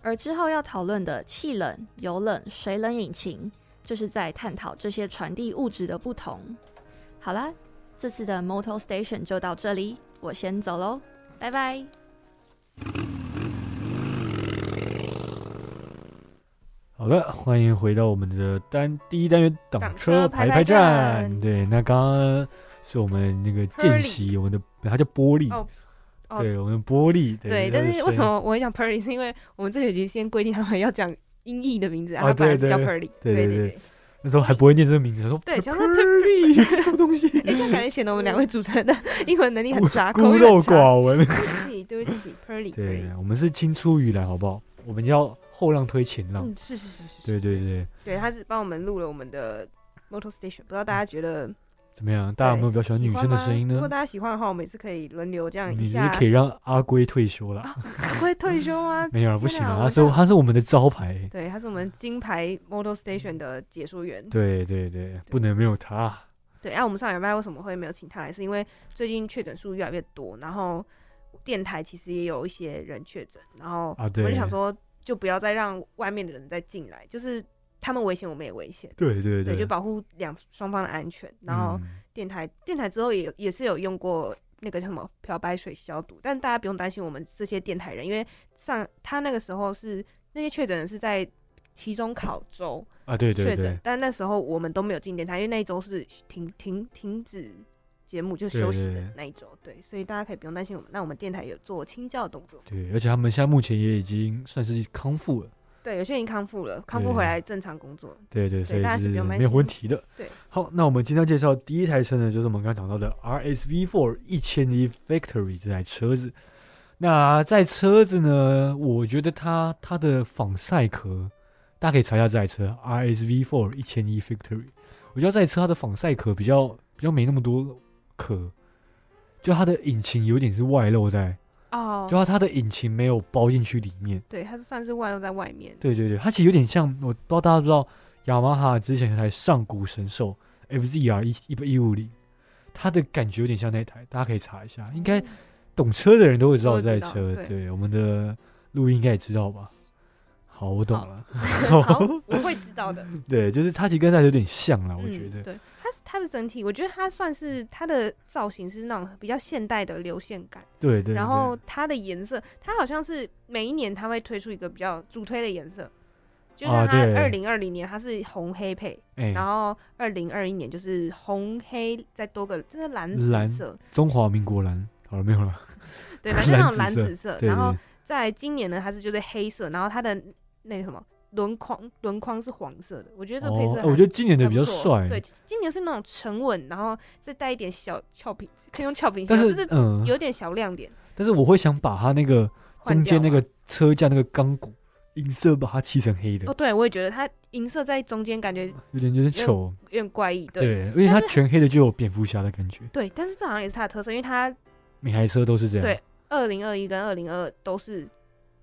Speaker 9: 而之后要讨论的气冷、油冷、水冷引擎，就是在探讨这些传递物质的不同。好啦，这次的 Motor Station 就到这里，我先走喽，拜拜。
Speaker 1: 好的，欢迎回到我们的单第一单元挡
Speaker 6: 挡
Speaker 1: 车
Speaker 6: 车
Speaker 1: 排
Speaker 6: 排
Speaker 1: 排
Speaker 6: 排
Speaker 1: 站。
Speaker 6: 站
Speaker 1: 对，那刚刚是我们那个见习，我们的它叫玻璃，
Speaker 6: 哦哦
Speaker 1: 对，我们玻璃。对，
Speaker 6: 对，
Speaker 1: 它
Speaker 6: 但是为什
Speaker 1: 声
Speaker 6: 么我会讲 Perry？是因为我们这学期先规定他们要讲音译的名字，
Speaker 1: 啊
Speaker 6: 他本来
Speaker 1: 对
Speaker 6: 是叫
Speaker 1: 对
Speaker 6: Perry。
Speaker 1: 对对
Speaker 6: 对
Speaker 1: 对那时候还不会念这个名字，他说
Speaker 6: 对，想说 Perry，
Speaker 1: 玻璃这什么东西？
Speaker 6: 哎，这感觉显得我们两位主持人的英文能力很
Speaker 1: 孤
Speaker 6: 差，口
Speaker 1: 孤
Speaker 6: 语很
Speaker 1: 陋
Speaker 6: 差
Speaker 1: 寡闻。
Speaker 6: 对不起，对不起，Perry。
Speaker 1: 对
Speaker 6: Perry，
Speaker 1: 我们是青出于蓝，好不好？我们要后浪推前浪。
Speaker 6: 嗯，是是是是，是
Speaker 1: 对对对，
Speaker 6: 对，他是帮我们录了我们的 Motor Station，不知道大家觉得
Speaker 1: 怎么样？嗯大家有没有比较喜欢
Speaker 6: 喜
Speaker 1: 女
Speaker 6: 欢
Speaker 1: 生的
Speaker 6: 吗
Speaker 1: 声音
Speaker 6: 如
Speaker 1: 呢
Speaker 6: 果？大家喜欢的话，我们也是可以轮流这样一
Speaker 1: 你是
Speaker 6: 下，啊
Speaker 1: 可以让阿龟退休了。
Speaker 6: 会退休 吗？
Speaker 1: 没有了，不行
Speaker 6: 天
Speaker 1: 了，
Speaker 6: 哪
Speaker 1: 他是
Speaker 6: 我想
Speaker 1: 他是我们的招牌。
Speaker 6: 对，他是我们金牌 Motor Station 的解说员。
Speaker 1: 对对对，不能没有他。
Speaker 6: 对，啊，我们上礼拜为什么会没有请他来？是因为最近确诊数越来越多，然后电台其实也有一些人确诊，然后
Speaker 1: 啊
Speaker 6: 我
Speaker 1: 对
Speaker 6: 就想说，就不要再让外面的人再进来，就是他们危险，我们也危险，
Speaker 1: 对对
Speaker 6: 对，就保护两双方的安全。然后
Speaker 1: 嗯
Speaker 6: 电台、电台之后也也是有用过那个叫什么漂白水消毒，但大家不用担心我们这些电台人，因为上他那个时候是那些确诊人是在期中考周，
Speaker 1: 啊，对对
Speaker 6: 确
Speaker 1: 对
Speaker 6: 诊，，但那时候我们都没有进电台，因为那一周是停停停止节目就休息
Speaker 1: 对
Speaker 6: 的
Speaker 1: 对对
Speaker 6: 那一周，对，所以大家可以不用担心我们。那我们电台有做清教的动作，
Speaker 1: 对，而且他们现在目前也已经算是康复了，
Speaker 6: 对，有些已经康复了，康复
Speaker 1: 对
Speaker 6: 回来正常工作。
Speaker 1: 对对，所以
Speaker 6: 大家
Speaker 1: 是
Speaker 6: 是不用担
Speaker 1: 没有
Speaker 6: 心
Speaker 1: 问题的。
Speaker 6: 对，
Speaker 1: 好，那我们今天要介绍第一台车呢，就是我们刚刚讲到的 RSV Four 一千一 Factory 这台车子。那在车子呢，我觉得它它的仿赛壳，大家可以查一下这台车 RSV Four 一千一 Factory。我觉得这台车它的仿赛壳比较比较没那么多壳，就它的引擎有点是外露在，
Speaker 6: 哦，
Speaker 1: 就它它的引擎没有包进去里面。
Speaker 6: 对，它是算是外露在外面。
Speaker 1: 对对对，它其实有点像，我不知道大家知不知道，雅马哈之前有台上古神兽 FZR 一一一五零，它的感觉有点像那台，大家可以查一下，应该懂车的人都会知道这台
Speaker 6: 嗯都
Speaker 1: 车
Speaker 6: 会知道。对
Speaker 1: 对，我们的录音应该也知道吧？好，我懂了。
Speaker 6: 好，我会知道的。
Speaker 1: 对，就是它其实跟那台有点像啦，我觉
Speaker 6: 嗯、
Speaker 1: 得。
Speaker 6: 对它它的整体，我觉得它算是它的造型是那种比较现代的流线感，
Speaker 1: 对对。
Speaker 6: 然
Speaker 1: 对
Speaker 6: 后它的颜色，它好像是每一年它会推出一个比较主推的颜色，就
Speaker 1: 啊
Speaker 6: 像它
Speaker 1: 对
Speaker 6: 二零二零年它是红黑配，
Speaker 1: 哎，
Speaker 6: 然后二零二一年就是红黑再多个这个蓝
Speaker 1: 蓝
Speaker 6: 紫色，
Speaker 1: 中华民国蓝，好了没有了？
Speaker 6: 对，反正那种
Speaker 1: 蓝
Speaker 6: 蓝
Speaker 1: 紫色
Speaker 6: 紫色，
Speaker 1: 对
Speaker 6: 然后
Speaker 1: 对
Speaker 6: 在今年呢，它是就是黑色，然后它的那个什么轮框轮框是黄色的，我觉得
Speaker 1: 对。
Speaker 6: 这个配
Speaker 1: 哦
Speaker 6: 色、，
Speaker 1: 哎我觉得今年的
Speaker 6: 还
Speaker 1: 比
Speaker 6: 不
Speaker 1: 较
Speaker 6: 错
Speaker 1: 帅。
Speaker 6: 对，今年是那种沉稳，然后再带一点小俏皮，可以用俏皮形
Speaker 1: 但
Speaker 6: 容，
Speaker 1: 是
Speaker 6: 就是
Speaker 1: 嗯，
Speaker 6: 有点小亮点。
Speaker 1: 但是我会想把它那个
Speaker 6: 换
Speaker 1: 中间那
Speaker 6: 掉嘛
Speaker 1: 个车架那个钢骨银色把它漆成黑的
Speaker 6: 哦，，对我也觉得它银色在中间感觉有
Speaker 1: 有点有点糗。
Speaker 6: 点怪异。对
Speaker 1: 对，因为它
Speaker 6: 但是
Speaker 1: 全黑的就有蝙蝠侠的感觉，
Speaker 6: 对，但是这好像也是它的特色，因为它
Speaker 1: 每台车都是这样，
Speaker 6: 对二零二一跟二零二都是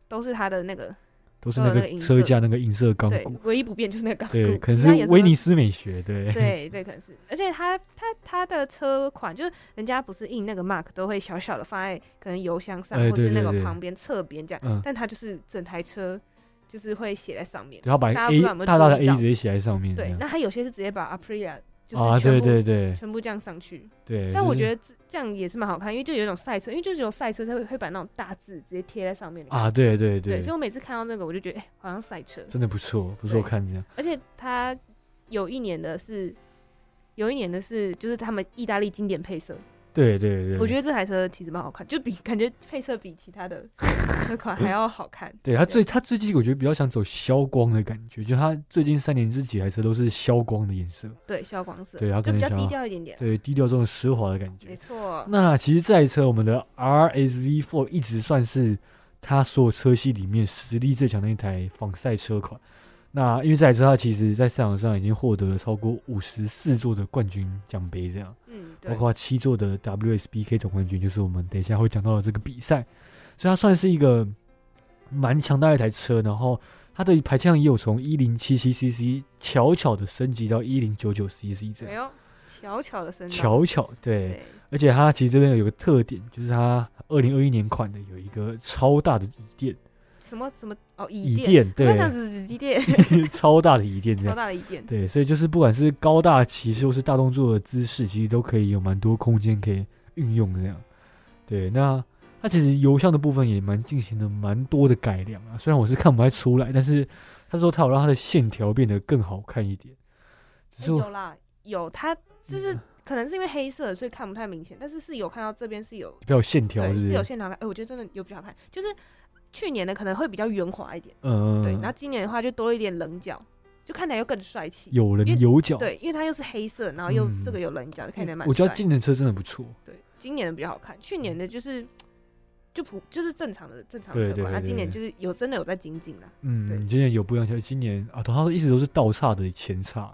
Speaker 6: 都是它的那个
Speaker 1: 都是那
Speaker 6: 都有那
Speaker 1: 个
Speaker 6: 个银
Speaker 1: 车
Speaker 6: 色
Speaker 1: 架那个银色钢
Speaker 6: 对
Speaker 1: 骨，
Speaker 6: 唯一不变就是那个钢骨，
Speaker 1: 对，可能
Speaker 6: 其他
Speaker 1: 是
Speaker 6: 颜色
Speaker 1: 威
Speaker 6: 都
Speaker 1: 尼斯美学，对，
Speaker 6: 对对，可能是，而且它它它的车款就是人家不是印那个 mark 都会小小的放在可能油箱上，
Speaker 1: 哎
Speaker 6: 或是
Speaker 1: 对
Speaker 6: 那
Speaker 1: 对
Speaker 6: 个
Speaker 1: 对
Speaker 6: 旁边侧边这样，
Speaker 1: 嗯
Speaker 6: 但它就是整台车就是会写在上面。
Speaker 1: 然后把
Speaker 6: 大家不
Speaker 1: A
Speaker 6: 知道有没有
Speaker 1: 大大的
Speaker 6: 注
Speaker 1: A
Speaker 6: 意到
Speaker 1: 直接写在上面，这
Speaker 6: 对，
Speaker 1: 样
Speaker 6: 那它有些是直接把 Aprilia 就是
Speaker 1: 啊，
Speaker 6: 全
Speaker 1: 对
Speaker 6: 部
Speaker 1: 对对
Speaker 6: 全部这样上去，
Speaker 1: 对，
Speaker 6: 但
Speaker 1: 就
Speaker 6: 我
Speaker 1: 是
Speaker 6: 觉得这这样也是蛮好看，因为就有一种赛车，因为就是有赛车才会会把那种大字直接贴在上面的感
Speaker 1: 啊，对对
Speaker 6: 觉。
Speaker 1: 对
Speaker 6: 所以，我每次看到那个我就觉得，哎、好像赛车。
Speaker 1: 真的不错，不错
Speaker 6: 对
Speaker 1: 看这样，
Speaker 6: 而且它有一年的是，有一年的是，就是他们意大利经典配色，
Speaker 1: 对对对，
Speaker 6: 我觉得这台车其实蛮好看，就比感觉配色比其他的 车款还要好看。
Speaker 1: 对他最他最近我觉得比较想走消光的感觉，就他最近三年这几台车都是消光的颜色，
Speaker 6: 对消光色，
Speaker 1: 对它可
Speaker 6: 就
Speaker 1: 能
Speaker 6: 比较
Speaker 1: 想
Speaker 6: 低
Speaker 1: 要
Speaker 6: 调一点点。
Speaker 1: 对，低调中的奢华的感觉
Speaker 6: 没。错，
Speaker 1: 那其实这台车，我们的 RSV Four 一直算是它所有车系里面实力最强的一台仿赛车款。那因为这台车它其实在赛场上已经获得了超过五十四座的冠军奖杯，这样
Speaker 6: 嗯，对
Speaker 1: 包，括七座的 WSBK 总冠军，就是我们等一下会讲到的这个比赛。所以它算是一个蛮强大的一台车，然后它的排气量也有从一零七七 CC 巧巧的升级到一零九九 CC 这
Speaker 6: 没
Speaker 1: 样，
Speaker 6: 有巧哎巧的声道，
Speaker 1: 巧巧对。
Speaker 6: 对，
Speaker 1: 而且它其实这边有个特点，就是它二零二一年款的有一个超大的椅垫，
Speaker 6: 什么什么哦，椅
Speaker 1: 椅
Speaker 6: 垫，
Speaker 1: 垫
Speaker 6: 我想
Speaker 1: 对，
Speaker 6: 子椅垫，
Speaker 1: 超大的椅垫这
Speaker 6: 超
Speaker 1: 样，
Speaker 6: 大的椅垫，
Speaker 1: 对，所以就是不管是高大骑士或是大动作的姿势，其实都可以有蛮多空间可以运用这样。对，那它其实油箱的部分也蛮进行了蛮多的改良啊，虽然我是看不太出来，但是他说他有让它的线条变得更好看一点，只
Speaker 6: 哎
Speaker 1: 是我
Speaker 6: 有啦，有它就是
Speaker 1: 啊
Speaker 6: 可能是因为黑色，所以看不太明显，但是是有看到这边是有
Speaker 1: 比较有线条，
Speaker 6: 对
Speaker 1: 是不
Speaker 6: 是
Speaker 1: 是？
Speaker 6: 有线条感，哎，我觉得真的有比较好看，就是去年的可能会比较圆滑一点，
Speaker 1: 嗯，
Speaker 6: 对，然后今年的话就多了一点棱角，就看起来又更帅气，
Speaker 1: 有
Speaker 6: 因
Speaker 1: 棱
Speaker 6: 为
Speaker 1: 有角，
Speaker 6: 对，因为它又是黑色，然后又
Speaker 1: 嗯
Speaker 6: 这个有棱角，就看起来蛮
Speaker 1: 我觉得
Speaker 6: 帅
Speaker 1: 今年车真的不错。
Speaker 6: 对，今年的比较好看，去年的就是就普就是正常的正常
Speaker 1: 嗯对
Speaker 6: 车
Speaker 1: 对
Speaker 6: 款，那啊
Speaker 1: 对
Speaker 6: 今年
Speaker 1: 对
Speaker 6: 就是有真的有在精进啦。对
Speaker 1: 嗯，今年有不一样，像今年啊，同样一直都是倒叉的前叉，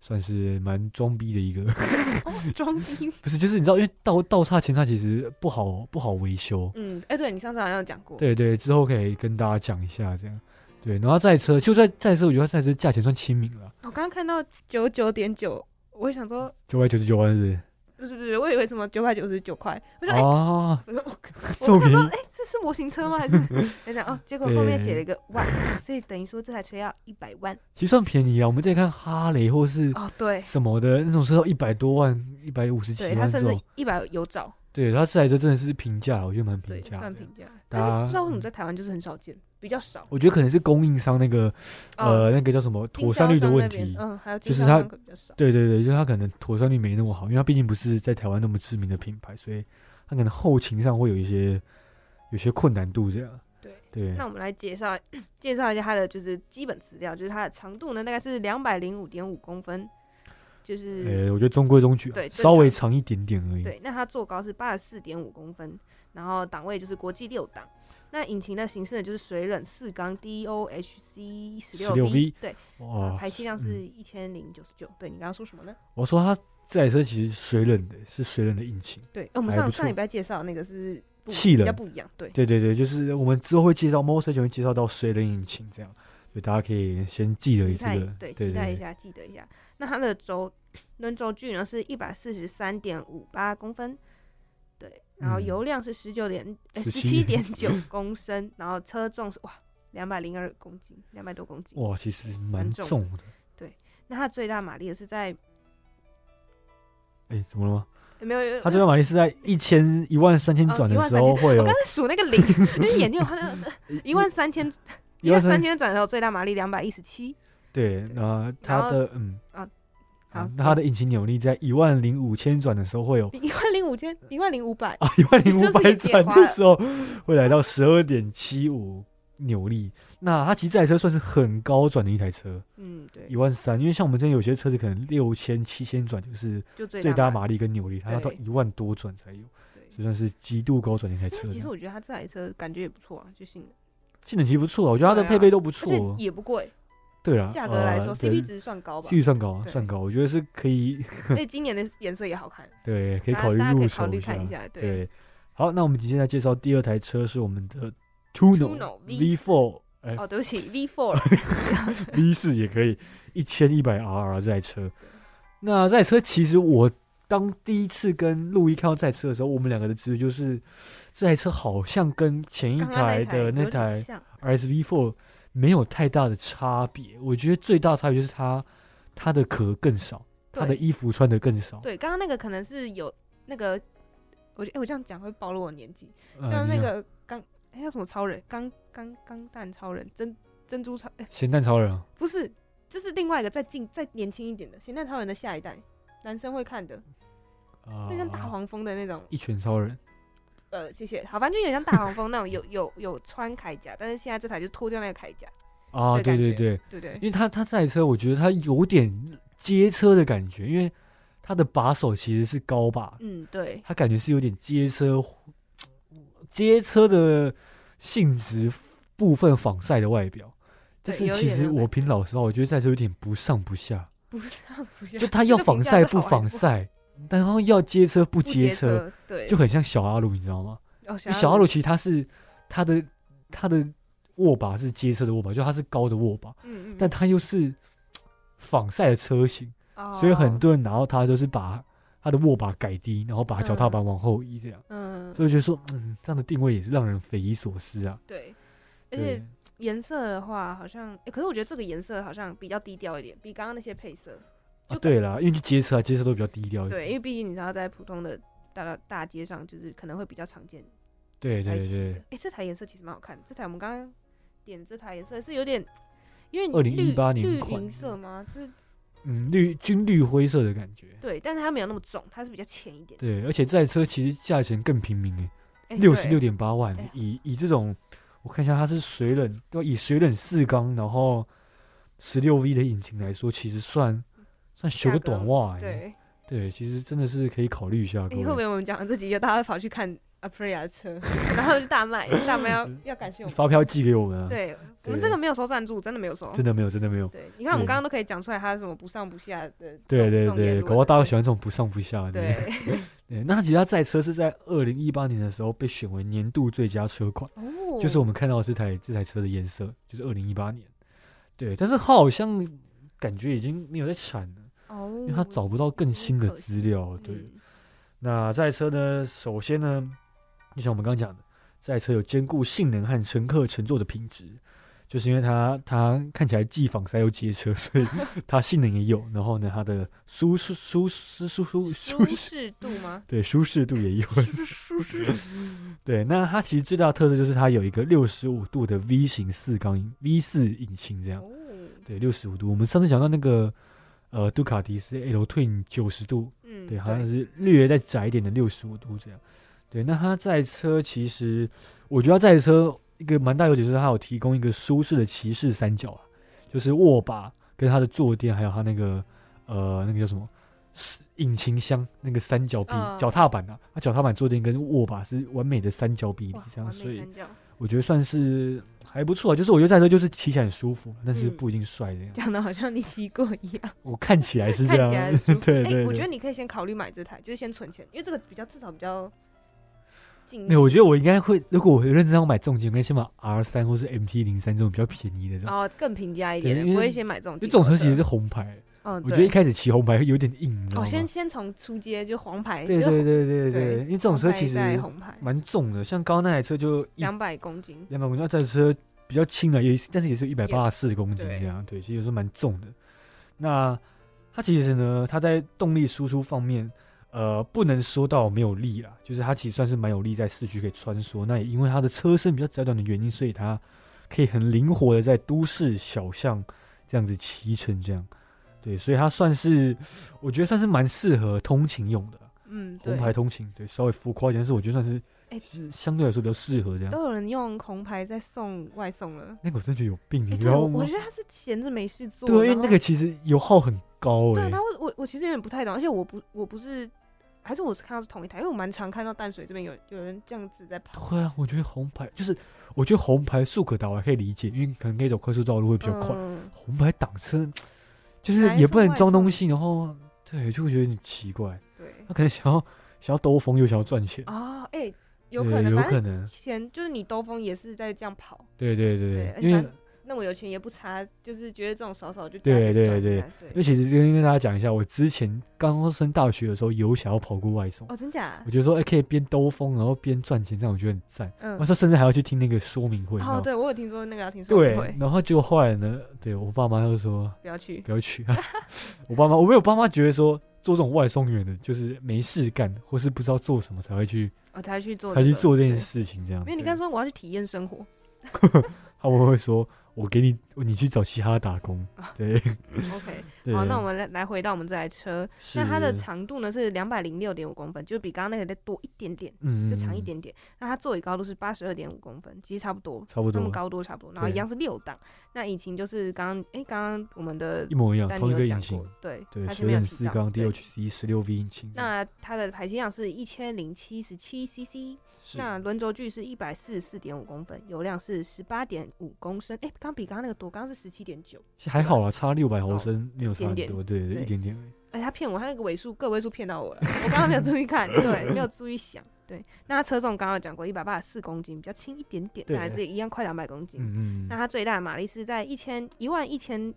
Speaker 1: 算是蛮装逼的一个，
Speaker 6: 哦，装逼，
Speaker 1: 不是，就是你知道，因为倒倒叉前叉其实不好不好维修，
Speaker 6: 嗯，哎，对你上次好像有讲过，
Speaker 1: 对对，之后可以跟大家讲一下这样。对，然后这台车，就在这台车，我觉得这台车价钱算亲民了，
Speaker 6: 我刚刚看到九九点九，我也想说
Speaker 1: 九百九十九万是
Speaker 6: 不是不是，我以为什么九百九十九块，我
Speaker 1: 不是？
Speaker 6: 说哎。
Speaker 1: 啊，
Speaker 6: 我说我
Speaker 1: 这么
Speaker 6: 我看
Speaker 1: 便
Speaker 6: 到
Speaker 1: 宜
Speaker 6: 哎，这是模型车吗？还 是等等哦？结果后面写了一个万，所以等于说这台车要一百万
Speaker 1: 其实算便宜啊。我们再看哈雷或是
Speaker 6: 哦。对
Speaker 1: 什么的那种车，要一百多万、一百五十几
Speaker 6: 对，它
Speaker 1: 万这
Speaker 6: 甚至
Speaker 1: 种。
Speaker 6: 一百有找，
Speaker 1: 对，它这台车真的是平价了，我觉得蛮
Speaker 6: 对，
Speaker 1: 平价的
Speaker 6: 算。平价，
Speaker 1: 大
Speaker 6: 但是
Speaker 1: 家
Speaker 6: 不知道为
Speaker 1: 嗯
Speaker 6: 什么在台湾就是很少见，比较少。
Speaker 1: 我觉得可能是供应商那个
Speaker 6: 嗯
Speaker 1: 呃，那个叫什么妥
Speaker 6: 经
Speaker 1: 善
Speaker 6: 销
Speaker 1: 率的
Speaker 6: 商
Speaker 1: 问
Speaker 6: 那边
Speaker 1: 题。
Speaker 6: 嗯，还有
Speaker 1: 就
Speaker 6: 经
Speaker 1: 是
Speaker 6: 销
Speaker 1: 它
Speaker 6: 商可能比较少。
Speaker 1: 对对对，就是它可能妥善率没那么好，因为它毕竟不是在台湾那么知名的品牌，所以它可能后勤上会有一些有些困难度这样。
Speaker 6: 对
Speaker 1: 对
Speaker 6: 那我们来介绍介绍一下它的就是基本资料，就是它的长度呢大概是两百零五点五公分，就是、
Speaker 1: 呃，我觉得中规中矩、啊
Speaker 6: 对，正
Speaker 1: 稍微
Speaker 6: 常
Speaker 1: 长一点点而已。
Speaker 6: 对，那它座高是八十四点五公分，然后档位就是国际六档。那引擎的形式呢，就是水冷四缸 DOHC 十六
Speaker 1: 16V
Speaker 6: 对，然后
Speaker 1: 哇，
Speaker 6: 排气量是
Speaker 1: 嗯
Speaker 6: 一千零九十九。对你刚刚说什么呢？
Speaker 1: 哦我说它这台车其实水冷的，是水冷的引擎。
Speaker 6: 对，呃我们
Speaker 1: 还
Speaker 6: 上
Speaker 1: 不错
Speaker 6: 上礼拜介绍的那个是不一
Speaker 1: 气
Speaker 6: 比较
Speaker 1: 冷
Speaker 6: 不一样，对，
Speaker 1: 对对对，就是我们之后会介绍 m o t o 会介绍到水冷引擎这样，所以大家可以先记得
Speaker 6: 期
Speaker 1: 这
Speaker 6: 待
Speaker 1: 个，
Speaker 6: 对，
Speaker 1: 对
Speaker 6: 期待一
Speaker 1: 对
Speaker 6: 下，记得一下。那它的轴轮轴距呢是一百四十三点五八公分，对，然后
Speaker 1: 嗯
Speaker 6: 油量是十九点哎十七
Speaker 1: 17
Speaker 6: 点九公升，然后车重是哇两百零二公斤，两百多公斤。
Speaker 1: 哇，其实蛮
Speaker 6: 蛮重
Speaker 1: 重的。
Speaker 6: 那它最大马力是在、
Speaker 1: 哎、怎么了吗？
Speaker 6: 欸、没有没有，
Speaker 1: 它最大马力是在一千一万三千
Speaker 6: 哦
Speaker 1: 转的
Speaker 6: 13,000
Speaker 1: 时候会有
Speaker 6: 我刚才数那个零，因为眼睛有 它的一万三千一万三
Speaker 1: 13,000
Speaker 6: 千转的时候最大马力两百一十七，
Speaker 1: 对，那它
Speaker 6: 后
Speaker 1: 的嗯
Speaker 6: 啊
Speaker 1: 啊
Speaker 6: 好，
Speaker 1: 那它的引擎扭力在一万零五千转的时候会有
Speaker 6: 一万零五千一万零五百，
Speaker 1: 啊，一万零
Speaker 6: 你是
Speaker 1: 五
Speaker 6: 不是
Speaker 1: 百
Speaker 6: 也解
Speaker 1: 转
Speaker 6: 花
Speaker 1: 的
Speaker 6: 了
Speaker 1: 时候会来到十二点七五扭力。那它其实这台车算是很高转的一台车，
Speaker 6: 嗯对
Speaker 1: 一，万三。因为像我们之前有些车子可能六千、七千转就是
Speaker 6: 就最
Speaker 1: 最大
Speaker 6: 马力。
Speaker 1: 马力跟扭力，它要到
Speaker 6: 对
Speaker 1: 一万多转才有，
Speaker 6: 对
Speaker 1: 所以算是极度高转的一台车
Speaker 6: 但
Speaker 1: 这
Speaker 6: 其实
Speaker 1: 样。
Speaker 6: 我觉得它这台车感觉也不错啊，就性能，
Speaker 1: 性能其实不错啊，我觉得它的
Speaker 6: 对啊
Speaker 1: 配备都不
Speaker 6: 而
Speaker 1: 错
Speaker 6: 且。也不贵，
Speaker 1: 对啦，
Speaker 6: 价格来说
Speaker 1: 呃
Speaker 6: CP
Speaker 1: 对
Speaker 6: 值算高吧
Speaker 1: CP。值算高啊，
Speaker 6: 对
Speaker 1: 算高，我觉得是可以，
Speaker 6: 而且今年的颜色也好看，
Speaker 1: 对，可以
Speaker 6: 大家
Speaker 1: 考虑
Speaker 6: 大家可
Speaker 1: 入
Speaker 6: 以
Speaker 1: 手
Speaker 6: 考虑
Speaker 1: 下
Speaker 6: 看一。下。对，
Speaker 1: 对，好，那我们接下来介绍第二台车是我们的 Tuno
Speaker 6: Tuno
Speaker 1: V4，哎
Speaker 6: 哦，对 不起，V Four，
Speaker 1: V 四也可以，一千一百 RR 这台车。那这台车其实我当第一次跟路易看到这台车的时候，我们两个的直觉就是这台车好像跟前一
Speaker 6: 刚刚
Speaker 1: 台
Speaker 6: 那
Speaker 1: 的那
Speaker 6: 有点
Speaker 1: 台
Speaker 6: 像，
Speaker 1: RSV Four 没有太大的差别。我觉得最大的差别就是它它的壳更少，它的
Speaker 6: 对
Speaker 1: 衣服穿的更少。
Speaker 6: 对，刚刚那个可能是有那个，我觉得哎，我这样讲会暴露我年纪，
Speaker 1: 呃，
Speaker 6: 像
Speaker 1: 你看
Speaker 6: 那个钢，哎，叫什么超人？钢钢钢弹超人，珍珍珠超，哎，
Speaker 1: 咸蛋超人啊，
Speaker 6: 不是，就是另外一个再近再年轻一点的咸蛋超人的下一代，男生会看的，
Speaker 1: 啊
Speaker 6: 就像大黄蜂的那种。
Speaker 1: 一拳超人，
Speaker 6: 呃，谢谢。好，反正就有点像大黄蜂那种有有有穿铠甲，但是现在这台就脱掉那个铠甲，
Speaker 1: 啊，
Speaker 6: 的
Speaker 1: 对
Speaker 6: 感
Speaker 1: 对
Speaker 6: 觉
Speaker 1: 对，
Speaker 6: 对不对
Speaker 1: 因？为它它这台车，我觉得它有点街车的感觉，因为它的把手其实是高把，
Speaker 6: 嗯，对，
Speaker 1: 它感觉是有点街车街车的性质部分仿赛的外表。但
Speaker 6: 对
Speaker 1: 是
Speaker 6: 有
Speaker 1: 其
Speaker 6: 点
Speaker 1: 实
Speaker 6: 那种
Speaker 1: 我
Speaker 6: 感
Speaker 1: 凭老实话，我觉得这台车有点不上不 下，
Speaker 6: 不上不下。
Speaker 1: 就它
Speaker 6: 这
Speaker 1: 要
Speaker 6: 个
Speaker 1: 仿
Speaker 6: 评价
Speaker 1: 赛
Speaker 6: 是
Speaker 1: 不
Speaker 6: 好还
Speaker 1: 仿
Speaker 6: 是
Speaker 1: 赛，然后要街车不
Speaker 6: 不
Speaker 1: 街车，
Speaker 6: 车，对，
Speaker 1: 就很像小阿鲁，你知道吗？
Speaker 6: 哦
Speaker 1: 因
Speaker 6: 小
Speaker 1: 为小阿鲁
Speaker 6: 鲁，
Speaker 1: 其实它是它的它的握把是街车的握把，就它是高的握把。
Speaker 6: 嗯嗯，
Speaker 1: 但它又是仿赛的车型，
Speaker 6: 哦
Speaker 1: 所以很多人拿到它都是把它的握把改低，然后把脚踏板往后移这样。
Speaker 6: 嗯
Speaker 1: 所以我觉得说，嗯，这样的定位也是让人匪夷所思啊。
Speaker 6: 对，
Speaker 1: 对
Speaker 6: 而
Speaker 1: 啊
Speaker 6: 且，颜色的话好像，诶可是我觉得这个颜色好像比较低调一点，比刚刚那些配色，
Speaker 1: 啊
Speaker 6: 就
Speaker 1: 对啦，因为去街车啊，街车都比较低调一
Speaker 6: 对，因
Speaker 1: 点。
Speaker 6: 为毕竟你知道在普通的大大街上就是可能会比较常见
Speaker 1: 对对
Speaker 6: 开
Speaker 1: 对
Speaker 6: 启的。
Speaker 1: 对
Speaker 6: 哎、这台颜色其实蛮好看的。这台我们刚刚点的这台颜色是有点，因为
Speaker 1: 2018
Speaker 6: 绿
Speaker 1: 年
Speaker 6: 绿
Speaker 1: 款
Speaker 6: 银色吗？就是
Speaker 1: 嗯，绿军绿灰色的感觉。
Speaker 6: 对，但是它没有那么重，它是比较浅一点。
Speaker 1: 对，而且这台车其实价钱更平民诶、欸
Speaker 6: 哎
Speaker 1: 六十六，
Speaker 6: 对
Speaker 1: 点八万
Speaker 6: 哎呀，
Speaker 1: 以以这种，我看一下，它是水冷，要以水冷四缸，然后十六 V 的引擎来说，其实算算修个
Speaker 6: 价格
Speaker 1: 短袜、欸，
Speaker 6: 对，
Speaker 1: 对，其实真的是可以考虑一下，各
Speaker 6: 哎会
Speaker 1: 位
Speaker 6: 不会我们讲这几个，大家会跑去看 Aprilia 的车， 然后就大卖，大卖 要要感谢我们。
Speaker 1: 发票寄给我们啊，
Speaker 6: 对我们
Speaker 1: 对
Speaker 6: 这个没有收赞助，真的没有收。
Speaker 1: 真的没有，真的没有，
Speaker 6: 对，你看我们
Speaker 1: 对
Speaker 6: 刚刚都可以讲出来，它什么不上不下的这
Speaker 1: 对对
Speaker 6: 种。这种言
Speaker 1: 对，
Speaker 6: 论
Speaker 1: 搞不好大家喜欢这种不上不下的。
Speaker 6: 对，
Speaker 1: 对，那其实它这台车是在二零一八年的时候被选为年度最佳车款，
Speaker 6: 哦
Speaker 1: 就是我们看到的这台这台车的颜色，就是二零一八年。对，但是它好像感觉已经没有在产了。
Speaker 6: 哦，
Speaker 1: 因为他找不到更新的资料。对，
Speaker 6: 嗯
Speaker 1: 那这台车呢，首先呢，就像我们刚刚讲的，这台车有兼顾性能和乘客乘坐的品质，就是因为它它看起来既仿赛又街车，所 以它性能也有，然后呢，它的舒适舒适舒舒舒
Speaker 6: 嗯舒
Speaker 1: 适。
Speaker 6: 适度 吗？
Speaker 1: 对，舒适度 也有。对，那它其实最大的特色就是它有一个六十五度的 V 型四缸引 V 四引擎这样。
Speaker 6: 哦，
Speaker 1: 对，六十五度。我们上次讲到那个呃，杜卡迪是 L Twin 九十度，
Speaker 6: 嗯，
Speaker 1: 对，好像是略再窄一点的六十五度这样。对，那它这台车其实，我觉得它这台车一个蛮大优点就是它有提供一个舒适的骑士三角啊，就是握把跟它的坐垫，还有它那个呃那个叫什么引擎箱那个三角比
Speaker 6: 嗯
Speaker 1: 脚、踏板啊，它脚踏板坐垫跟握把是完美的三角比例
Speaker 6: 哇，
Speaker 1: 这样，
Speaker 6: 完
Speaker 1: 所
Speaker 6: 美
Speaker 1: 以
Speaker 6: 三角，
Speaker 1: 我觉得算是还不错啊。就是我觉得这台车就是骑起来很舒服，但是
Speaker 6: 嗯
Speaker 1: 不一定帅这样。
Speaker 6: 讲的好像你骑过一样，
Speaker 1: 我看起来是这样
Speaker 6: 看起 来
Speaker 1: 啊，
Speaker 6: 很舒服。
Speaker 1: 对
Speaker 6: 哎
Speaker 1: 对
Speaker 6: 我觉得
Speaker 1: 对。
Speaker 6: 你可以先考虑买这台，就是先存钱，因为这个比较至少比较近。
Speaker 1: 没有，我觉得我应该会，如果我认真要买重机，我应该先买 R 三或是 MT 零三这种比较便宜的这种。
Speaker 6: 哦，更平价一
Speaker 1: 对
Speaker 6: 点，
Speaker 1: 因为
Speaker 6: 不会先买这种
Speaker 1: 这
Speaker 6: 进
Speaker 1: 种
Speaker 6: 口
Speaker 1: 车其实是红牌，
Speaker 6: 嗯，
Speaker 1: 我觉得一
Speaker 6: 对。
Speaker 1: 开始骑红牌会有点硬，你知道
Speaker 6: 哦，
Speaker 1: 吗？
Speaker 6: 先先从出街就黄牌，
Speaker 1: 对
Speaker 6: 就
Speaker 1: 对对对
Speaker 6: 对
Speaker 1: 对，因为这种车其实
Speaker 6: 黄牌再红牌
Speaker 1: 蛮重的，像刚刚那台车就一
Speaker 6: 两百公斤，
Speaker 1: 两百公斤，那这台车比较轻啊了，也但是也是一百八十四公斤
Speaker 6: 对
Speaker 1: 这样，对，其实有时候蛮重的。那它其实呢，它在动力输出方面，呃，不能说到没有力啦，就是它其实算是蛮有力，在市区可以穿梭。那也因为它的车身比较窄短的原因，所以它可以很灵活的在都市小巷这样子骑乘，这样，对，所以它算是我觉得算是蛮适合通勤用的啦。
Speaker 6: 嗯，对
Speaker 1: 红，牌通勤，对，稍微浮夸一点，但是我觉得算是，
Speaker 6: 哎
Speaker 1: 是相对来说比较适合这样。
Speaker 6: 都有人用红牌在送外送了。
Speaker 1: 那个我真的觉得有病，
Speaker 6: 哎
Speaker 1: 你知
Speaker 6: 对我
Speaker 1: 道
Speaker 6: 我
Speaker 1: 吗
Speaker 6: 觉？得他是闲着没事做，
Speaker 1: 对啊，因为
Speaker 6: 然后
Speaker 1: 那个其实油耗很高
Speaker 6: 对
Speaker 1: 哎
Speaker 6: 啊，他，为我我其实有点不太懂，而且我不我不是，还是我是看到是同一台，因为我蛮常看到淡水这边有有人这样子在跑，
Speaker 1: 对啊，我觉得红牌就是，我觉得红牌速可达我还可以理解，因为可能可以走快速道路会比较快。
Speaker 6: 嗯
Speaker 1: 红牌挡车就是
Speaker 6: 难
Speaker 1: 也不
Speaker 6: 送
Speaker 1: 能
Speaker 6: 外
Speaker 1: 装东
Speaker 6: 送
Speaker 1: 西，然后对，就会觉得很奇怪。
Speaker 6: 对
Speaker 1: 他可能想要想要兜风，又想要赚钱，
Speaker 6: 啊，哎、有可
Speaker 1: 对，
Speaker 6: 能，
Speaker 1: 有
Speaker 6: 反
Speaker 1: 可
Speaker 6: 正
Speaker 1: 能，
Speaker 6: 钱就是你兜风也是在这样跑，
Speaker 1: 对对
Speaker 6: 对
Speaker 1: 对，
Speaker 6: 而且
Speaker 1: 因为
Speaker 6: 反那我有钱也不差，就是觉得这种少少就
Speaker 1: 对
Speaker 6: 加减
Speaker 1: 对
Speaker 6: 赚一
Speaker 1: 对
Speaker 6: 下
Speaker 1: 因为其实跟跟大家讲一下，我之前刚升大学的时候有想要跑过外送，
Speaker 6: 哦，真假
Speaker 1: 我？觉得说哎、可以边兜风然后边赚钱，这样我觉得很赞。
Speaker 6: 嗯
Speaker 1: 我，说甚至还要去听那个说明会，你
Speaker 6: 哦，
Speaker 1: 知道吗
Speaker 6: 对我有听说那个要听说
Speaker 1: 对
Speaker 6: 会，
Speaker 1: 然后结果后来呢，对我爸妈就说
Speaker 6: 不要去，
Speaker 1: 不要去、 啊，我爸妈我没有爸妈觉得说做这种外送员的，就是没事干或是不知道做什么才会去
Speaker 6: 我哦才去做、
Speaker 1: 才去做这件
Speaker 6: 对。
Speaker 1: 事情这样。
Speaker 6: 因为你
Speaker 1: 对
Speaker 6: 刚才说我要去体验生 活，
Speaker 1: 他们会说我给你你去找其他打 工，对
Speaker 6: OK，
Speaker 1: 对。
Speaker 6: 哦好，那我们来来回到我们这台车，那它的
Speaker 1: 是
Speaker 6: 长度呢是两百零六点五公分，就比刚刚那个再多一点点，
Speaker 1: 嗯
Speaker 6: 就长一
Speaker 1: 嗯嗯
Speaker 6: 点点。那它座椅高度是八十二点五公分，其实差不多，
Speaker 1: 差不
Speaker 6: 那
Speaker 1: 多
Speaker 6: 么高度差不多。然后
Speaker 1: 对
Speaker 6: 一样是六档，那引擎就是刚刚哎，刚刚我们的
Speaker 1: 一模一样，
Speaker 6: 丹
Speaker 1: 同
Speaker 6: 尼
Speaker 1: 一
Speaker 6: 有
Speaker 1: 个
Speaker 6: 讲
Speaker 1: 引擎
Speaker 6: 过，，对
Speaker 1: 对，
Speaker 6: 它前
Speaker 1: 水
Speaker 6: 面有
Speaker 1: 冷
Speaker 6: 提
Speaker 1: 四
Speaker 6: 到
Speaker 1: 缸
Speaker 6: 对
Speaker 1: DHC 十六 V 引擎。
Speaker 6: 那它的排气量是一千零七十七 CC，
Speaker 1: 是
Speaker 6: 那轮轴距是一百四十四点五公分，油量是十八点五公升。哎，刚比刚刚那个多，刚刚是十七点九。
Speaker 1: 其实还好啦，差六百毫
Speaker 6: 哦
Speaker 1: 升没有
Speaker 6: 一
Speaker 1: 差很
Speaker 6: 点
Speaker 1: 多，对对，
Speaker 6: 对
Speaker 1: 一点点而已。
Speaker 6: 哎，他骗我，他那个尾数个位数骗到我了， 我刚刚没有注意 看，对，没有注意想，对。那它车重刚刚有讲过一百八十四公斤，比较轻一点点，
Speaker 1: 对
Speaker 6: 但还是一样快两百公斤。
Speaker 1: 嗯嗯
Speaker 6: 那它最大的马力是在一千一万一千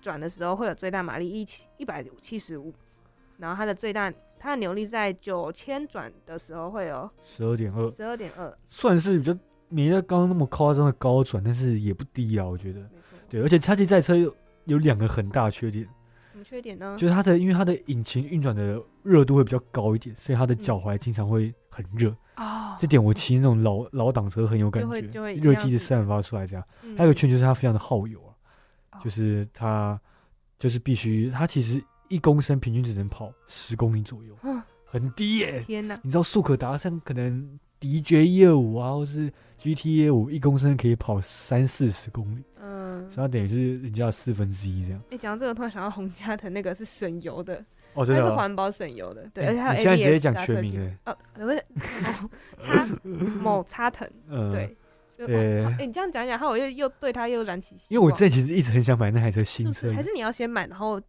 Speaker 6: 转的时候会有最大马力一七一百七十五，然后它的最大它的扭力在九千转的时候会有
Speaker 1: 嗯，十二点二，
Speaker 6: 十二点二，
Speaker 1: 算是比较没那刚刚那么夸张的高转，但是也不低啊，我觉得。
Speaker 6: 没错。嗯
Speaker 1: 对，而且它其实这台车有有两个很大的缺点，
Speaker 6: 什么缺点呢？
Speaker 1: 就是它的因为它的引擎运转的热度会比较高一点，所以它的
Speaker 6: 嗯
Speaker 1: 脚踝经常会很热。
Speaker 6: 哦
Speaker 1: 这点我骑那种老老挡车很有感
Speaker 6: 就会就
Speaker 1: 觉，
Speaker 6: 会一
Speaker 1: 热
Speaker 6: 样
Speaker 1: 气一直
Speaker 6: 是
Speaker 1: 散发出来这样。
Speaker 6: 嗯
Speaker 1: 还有一个缺点就是它非常的耗油啊，
Speaker 6: 哦
Speaker 1: 就是它就是必须它其实一公升平均只能跑十公里左右
Speaker 6: 嗯，
Speaker 1: 很低耶、
Speaker 6: 天哪，
Speaker 1: 你知道速可达像可能 DJ 一二五啊，或是 GT 一五，一公升可以跑三四十公里，
Speaker 6: 嗯，
Speaker 1: 所以它等于就是人家的四分之一这样。
Speaker 6: 哎，讲到这个，突然想到洪家的那个是省油的，
Speaker 1: 哦，
Speaker 6: 它
Speaker 1: 真
Speaker 6: 是
Speaker 1: 的啊、
Speaker 6: 环保省油的，对，
Speaker 1: 哎
Speaker 6: 而且还有
Speaker 1: 你现在
Speaker 6: ABS
Speaker 1: 直接讲
Speaker 6: 刹车
Speaker 1: 全名
Speaker 6: 器
Speaker 1: 哎
Speaker 6: 哦，不是某 擦某擦藤，
Speaker 1: 嗯，
Speaker 6: 对，就哦
Speaker 1: 对
Speaker 6: 哎，你这样讲一讲，害我又又对它又燃起希
Speaker 1: 因为我
Speaker 6: 望
Speaker 1: 之前其实一直很想买那台车新
Speaker 6: 是
Speaker 1: 车
Speaker 6: 不是，还是你要先买，然后我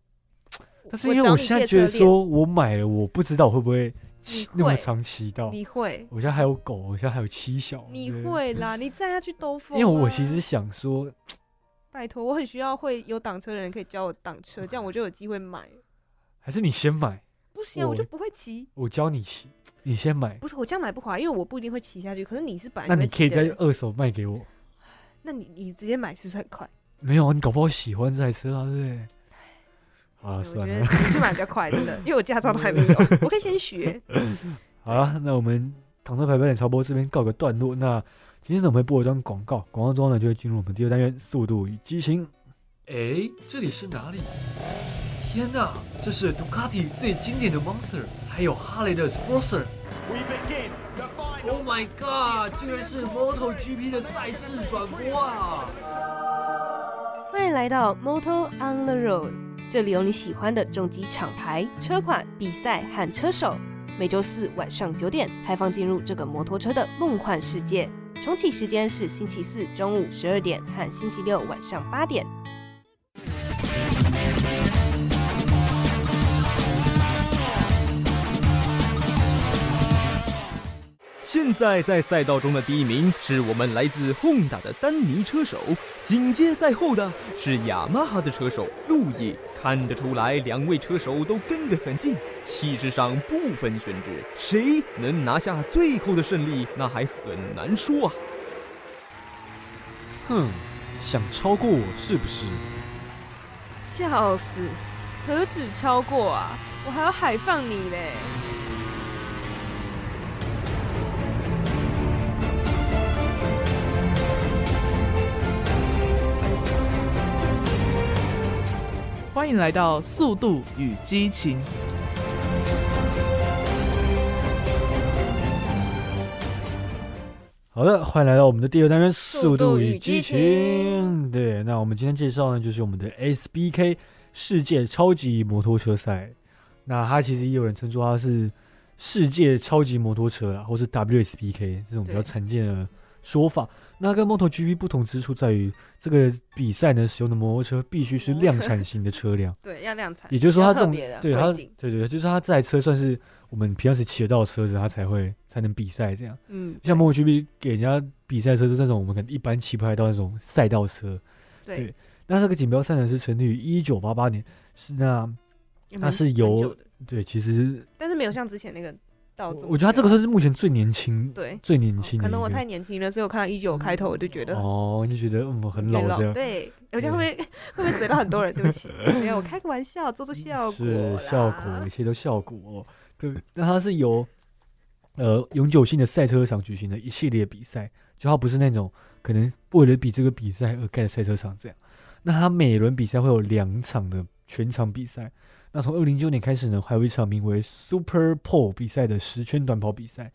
Speaker 1: 但是因为我现在觉得说我买了，我不知道我会不会骑 那么
Speaker 6: 会
Speaker 1: 长骑到
Speaker 6: 找。你借车练
Speaker 1: 我现在还有狗，我现在还有七小，
Speaker 6: 你
Speaker 1: 对
Speaker 6: 会你会啦，你载他去兜风啊、
Speaker 1: 因为我其实想说，
Speaker 6: 拜托，我很需要会有挡车的人可以教我挡车，这样我就有机会买。
Speaker 1: 还是你先买，
Speaker 6: 不行啊，我
Speaker 1: 我
Speaker 6: 就不会骑。
Speaker 1: 我教你骑，你先买，
Speaker 6: 不是我这样买不划，因为我不一定会骑下去。可是你是本来
Speaker 1: 那
Speaker 6: 就会
Speaker 1: 你可以
Speaker 6: 骑的
Speaker 1: 再
Speaker 6: 人，
Speaker 1: 二手卖给我。
Speaker 6: 那你你直接买是不是很快？
Speaker 1: 没有啊，你搞不好喜欢这台车啊，对不对？好了，
Speaker 6: 我觉
Speaker 1: 啊算
Speaker 6: 得
Speaker 1: 了，
Speaker 6: 你去买比较快，真的，因为我驾照都还没有，我可以先学。
Speaker 1: 好了，那我们躺车排版的潮播这边告个段落。那今天呢，我们会播一段广告，广告之后呢，就会进入我们第二单元“速度与激情”。哎，这里是哪里？天哪，这是杜卡迪最经典的 Monster，还有哈雷的 Sportster。
Speaker 2: We begin the final
Speaker 10: Oh my god！居然是 MotoGP 的赛事转播啊！
Speaker 6: 欢迎来到 Moto on the Road，这里有你喜欢的重机厂牌、车款、比赛和车手。每周四晚上九点开放进入这个摩托车的梦幻世界。重启时间是星期四中午十二点和星期六晚上八点。
Speaker 11: 现在在赛道中的第一名是我们来自 Honda 的丹尼车手，紧接在后的是雅马哈的车手路易。看得出来，两位车手都跟得很近，气势上不分轩轾，谁能拿下最后的胜利，那还很难说啊。
Speaker 1: 哼，想超过我是不是？
Speaker 6: 笑死，何止超过啊，我还要海放你嘞！
Speaker 5: 欢迎来到《速度与激情》。
Speaker 1: 好的，欢迎来到我们的第二单元《速度
Speaker 2: 度
Speaker 1: 与
Speaker 2: 与
Speaker 1: 激
Speaker 2: 激
Speaker 1: 情》。对，那我们今天介绍呢，就是我们的 SBK 世界超级摩托车赛。那它其实也有人称作它是世界超级摩托车啦，或是 WSBK 这种比较常见的说法。那它跟 MotoGP 不同之处在于，这个比赛呢使用的摩托车必须是量产型的车 辆。
Speaker 6: 对，要量产，
Speaker 1: 也就是说，
Speaker 6: 要
Speaker 1: 它这
Speaker 6: 特
Speaker 1: 种
Speaker 6: 别的
Speaker 1: 对它
Speaker 6: 规定
Speaker 1: 对对，就是它这台车算是我们平常时骑得到的车子，它才会才能比赛这样。
Speaker 6: 嗯
Speaker 1: 像 MotoGP 给人家比赛车是那种我们可能一般骑不太到那种赛道车。
Speaker 6: 对
Speaker 1: 那这个锦标赛呢是成立于一九八八年，是那
Speaker 6: 也
Speaker 1: 它
Speaker 6: 蛮
Speaker 1: 是
Speaker 6: 蛮
Speaker 1: 由
Speaker 6: 久的
Speaker 1: 对，其实
Speaker 6: 但是没有像之前那个道总，
Speaker 1: 我觉得它这个算是目前最年轻，
Speaker 6: 哦对
Speaker 1: 最年轻的
Speaker 6: 啊哦可
Speaker 1: 一
Speaker 6: 能我
Speaker 1: 个
Speaker 6: 太年轻了，所以我看到一九开头我就觉得
Speaker 1: 哦，你就觉得嗯很
Speaker 6: 有
Speaker 1: 老
Speaker 6: 点
Speaker 1: 这样。嗯
Speaker 6: 对，我这样会不会会不会嘴到很多人？对不 起，没有，我开个玩笑，做做效果。
Speaker 1: 嗯是效果，一切都效果、哦对，那它是由呃永久性的赛车场举行的一系列比赛，就它不是那种可能为了比这个比赛而盖的赛车场这样。那它每轮比赛会有两场的全场比赛。那从二零一九年开始呢，还有一场名为 Super Pole 比赛的十圈短跑比赛。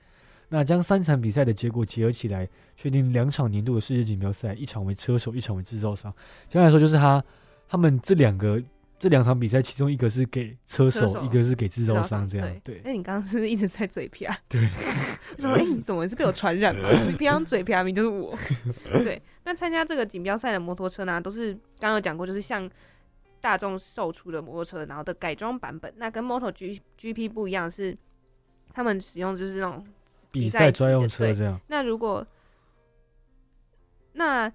Speaker 1: 那将三场比赛的结果结合起来，确定两场年度的世界锦标赛，一场为车手，一场为制造商。简单来说，就是他他们这两个这两场比赛，其中一个是给车手，
Speaker 6: 车手
Speaker 1: 一个是给制造商，这样对。
Speaker 6: 那你刚刚是不是一直在嘴 瓢？对，我说哎，你怎么是被我传染了？你平常嘴啊瓢明就 是我。对，那参加这个锦标赛的摩托车呢，都是刚刚有讲过，就是像大众售出的摩托车，然后的改装版本。那跟 Moto G GP 不一样，是他们使用就是那种
Speaker 1: 比
Speaker 6: 赛
Speaker 1: 赛
Speaker 6: 级的
Speaker 1: 专用车
Speaker 6: 对
Speaker 1: 这样
Speaker 6: 那如果那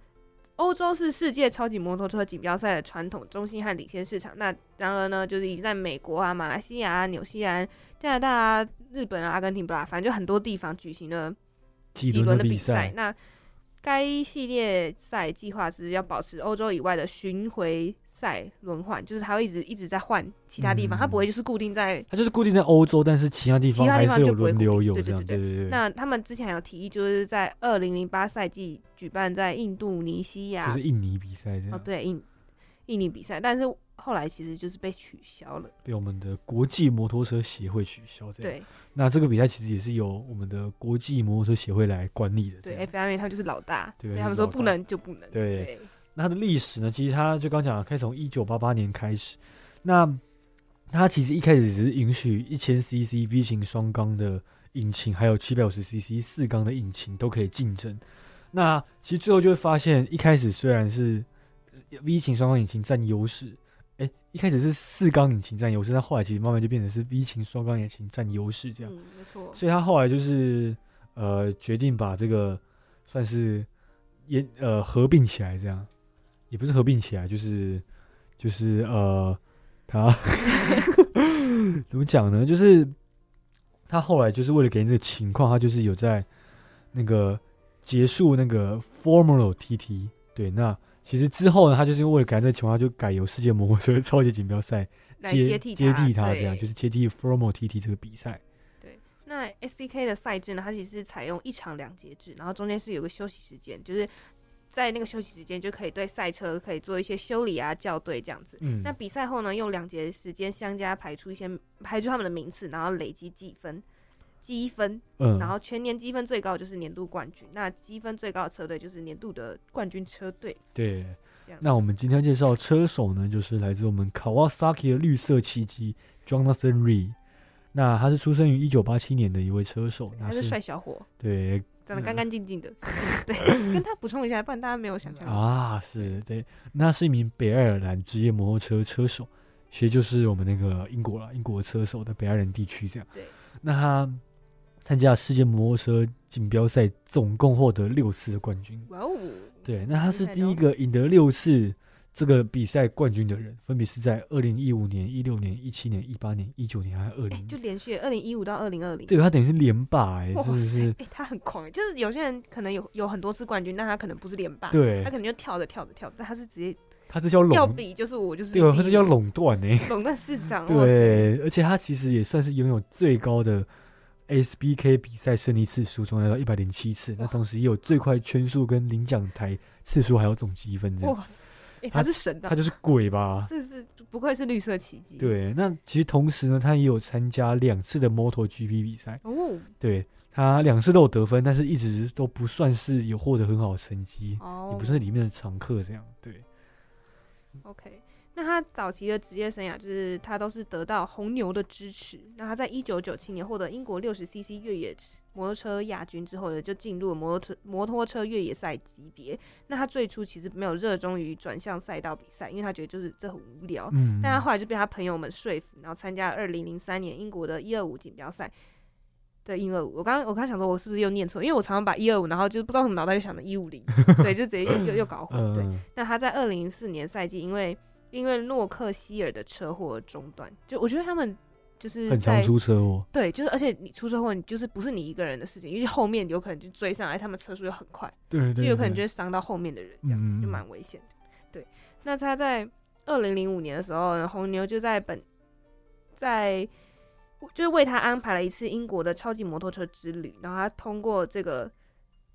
Speaker 6: 欧洲是世界超级摩托车锦标赛的传统中心和领先市场。那然而呢，就是已经在美国啊、马来西亚啊、纽西兰、加拿大啊、日本啊、阿根廷吧，反正就很多地方举行了
Speaker 1: 几
Speaker 6: 几
Speaker 1: 轮
Speaker 6: 轮
Speaker 1: 的
Speaker 6: 的
Speaker 1: 比
Speaker 6: 比
Speaker 1: 赛
Speaker 6: 赛。那该系列赛计划是要保持欧洲以外的巡回赛轮换，就是它会一直一直在换其他地方，它不会
Speaker 1: 嗯
Speaker 6: 就是固定在
Speaker 1: 它就是固定在欧洲，但是其他地
Speaker 6: 其
Speaker 1: 方
Speaker 6: 他地
Speaker 1: 还
Speaker 6: 方
Speaker 1: 是有
Speaker 6: 就不会
Speaker 1: 轮
Speaker 6: 固
Speaker 1: 流有
Speaker 6: 定对
Speaker 1: 这
Speaker 6: 对
Speaker 1: 样，对对对。
Speaker 6: 那他们之前有提议，就是在二零零八赛季举办在印度尼西亚，
Speaker 1: 就是印尼比赛这
Speaker 6: 哦
Speaker 1: 样，
Speaker 6: 对印印尼比赛，但是后来其实就是被取消了。
Speaker 1: 被我们的国际摩托车协会取消这样。
Speaker 6: 对
Speaker 1: 那这个比赛其实也是由我们的国际摩托车协会来管理的。
Speaker 6: 对，FIA 他们就是老大，
Speaker 1: 对
Speaker 6: 所以
Speaker 1: 他
Speaker 6: 他们
Speaker 1: 是老
Speaker 6: 说不
Speaker 1: 大
Speaker 6: 能就不能。
Speaker 1: 对，
Speaker 6: 对
Speaker 1: 那它的历史呢，其实它就刚讲了，可以从一九八八年开始。那它其实一开始只是允许一千 CC V 型双缸的引擎，还有七百五十 CC 四缸的引擎都可以竞争。那其实最后就会发现，一开始虽然是 V 型双缸引擎占优势，哎、一开始是四缸引擎占优势，但后来其实慢慢就变成是 V 型双缸引擎占优势这样。
Speaker 6: 嗯，没错。
Speaker 1: 所以他后来就是呃决定把这个算是也呃合并起来，这样也不是合并起来，就是就是呃他怎么讲呢？就是他后来就是为了给这个情况，他就是有在那个结束那个 Formula TT 对那。其实之后呢，他就是为了改这个情况，他就改由世界摩托车超级锦标赛
Speaker 6: 来
Speaker 1: 接
Speaker 6: 接替
Speaker 1: 接
Speaker 6: 它
Speaker 1: 替它，这样
Speaker 6: 对
Speaker 1: 就是接替 Formula TT 这个比赛。
Speaker 6: 对，那 SBK 的赛制呢，它其实是采用一场两节制，然后中间是有个休息时间，就是在那个休息时间就可以对赛车可以做一些修理啊、校对这样子。
Speaker 1: 嗯
Speaker 6: 那比赛后呢，用两节时间相加排出一些排出他们的名次，然后累积积分。积分，
Speaker 1: 嗯
Speaker 6: 然后全年积分最高就是年度冠军，那积分最高的车队就是年度的冠军车队。
Speaker 1: 对
Speaker 6: 这样，
Speaker 1: 那我们今天介绍车手呢，就是来自我们 Kawasaki 的绿色奇迹 Jonathan Ree。那他是出生于一九八七年的一位车手，那
Speaker 6: 还是帅小伙，
Speaker 1: 对，
Speaker 6: 长得干干净净的。 对，跟他补充一下，不然大家没有想象。嗯
Speaker 1: 啊，是对，那是一名北爱尔兰职业摩托车车手，其实就是我们那个英国啦，英国车手的北爱尔兰地区这样。
Speaker 6: 对，
Speaker 1: 那他参加世界摩托车锦标赛，总共获得六次的冠军。
Speaker 6: 哇哦！
Speaker 1: 对，那他是第一个赢得六次这个比赛冠军的人，分别是在二零一五年、一六年、一七年、一八年、一九年还有二零。
Speaker 6: 哎就连续二零一五到二零二零，
Speaker 1: 对他等于是连霸哎、
Speaker 6: 哇
Speaker 1: 真的是
Speaker 6: 塞，哎、他很狂欸，就是有些人可能有有很多次冠军，但他可能不是连霸，
Speaker 1: 对
Speaker 6: 他可能就跳着跳着跳着，但他是直接
Speaker 1: 他这叫
Speaker 6: 要
Speaker 1: 垄，
Speaker 6: 比就是我就是
Speaker 1: 对哦，他
Speaker 6: 第
Speaker 1: 这
Speaker 6: 一
Speaker 1: 叫
Speaker 6: 名
Speaker 1: 垄断哎、
Speaker 6: 垄断市场，哇塞，
Speaker 1: 对，而且他其实也算是拥有最高的 SBK 比赛胜利次数，总来到一百零七次。那同时也有最快圈数跟领奖台次数，还有总积分这样。
Speaker 6: 哇，哎、他是神啊，
Speaker 1: 他就是鬼吧？
Speaker 6: 这是不愧是绿色奇迹，
Speaker 1: 对，那其实同时呢，他也有参加两次的 MotoGP 比赛，
Speaker 6: 哦
Speaker 1: 对他两次都有得分，但是一直都不算是有获得很好的成绩，
Speaker 6: 哦
Speaker 1: 也不是里面的常客这样。对，
Speaker 6: ，OK。那他早期的职业生涯，就是他都是得到红牛的支持。那他在一九九七年获得英国六十 CC 越野摩托车亚军之后呢，就进入了摩托摩托车越野赛级别。那他最初其实没有热衷于转向赛道比赛，因为他觉得就是这很无聊。
Speaker 1: 嗯
Speaker 6: 哦但他后来就被他朋友们说服，然后参加二零零三年英国的一二五锦标赛。对，一二五，我刚刚我刚想说，我是不是又念错？因为我常常把一二五，然后就不知道为什么脑袋就想到一五零， 对，就直接又又又搞混。对，
Speaker 1: 嗯
Speaker 6: 那他在二零零四年赛季，因为因为诺克希尔的车祸而中断，就我觉得他们就是
Speaker 1: 很常
Speaker 6: 在
Speaker 1: 出车祸。
Speaker 6: 对，就是而且你出车祸，你就是不是你一个人的事情，因为后面有可能就追上来，他们车速又很快，
Speaker 1: 对对
Speaker 6: 就有可能
Speaker 1: 对
Speaker 6: 就会伤到后面的人，这样子、就
Speaker 1: 嗯
Speaker 6: 蛮危险的。对，那他在二零零五年的时候，红牛就在本在就是为他安排了一次英国的超级摩托车之旅，然后他通过这个。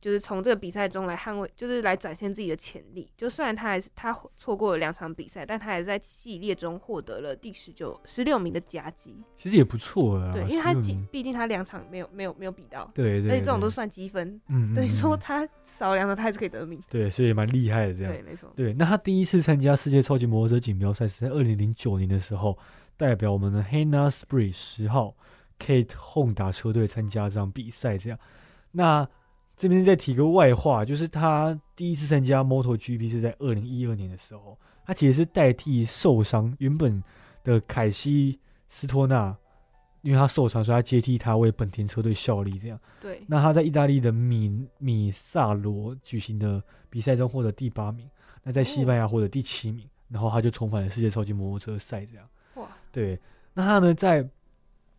Speaker 6: 就是从这个比赛中来捍卫，就是来展现自己的潜力。就虽然他还是他错过了两场比赛，但他还是在系列中获得了第十九、十六名的夹击。
Speaker 1: 其实也不错了啦，
Speaker 6: 对，因为他
Speaker 1: 16
Speaker 6: 几
Speaker 1: 啊名
Speaker 6: 毕竟他两场没有没有没有比到，
Speaker 1: 对对
Speaker 6: 而且这种
Speaker 1: 对
Speaker 6: 都算积分，
Speaker 1: 嗯嗯
Speaker 6: 对，
Speaker 1: 嗯
Speaker 6: 说他少两场他还是可以得名，
Speaker 1: 对，所以也蛮厉害的这样。
Speaker 6: 对，没错，
Speaker 1: 对，那他第一次参加世界超级摩托车锦标赛是在二零零九年的时候，代表我们的 Hannah Spree 十号 Kate Honda 车队参加这场比赛。这样，那这边再提个外话，就是他第一次参加 MotoGP 是在二零一二年的时候，他其实是代替受伤原本的凯西斯托纳，因为他受伤，所以他接替他为本田车队效力。这样，
Speaker 6: 对
Speaker 1: 那他在意大利的米米萨罗举行的比赛中获得第八名，那在西班牙获得第七名，然后他就重返了世界超级摩托车赛这样。
Speaker 6: 哇，
Speaker 1: 对，那他呢，在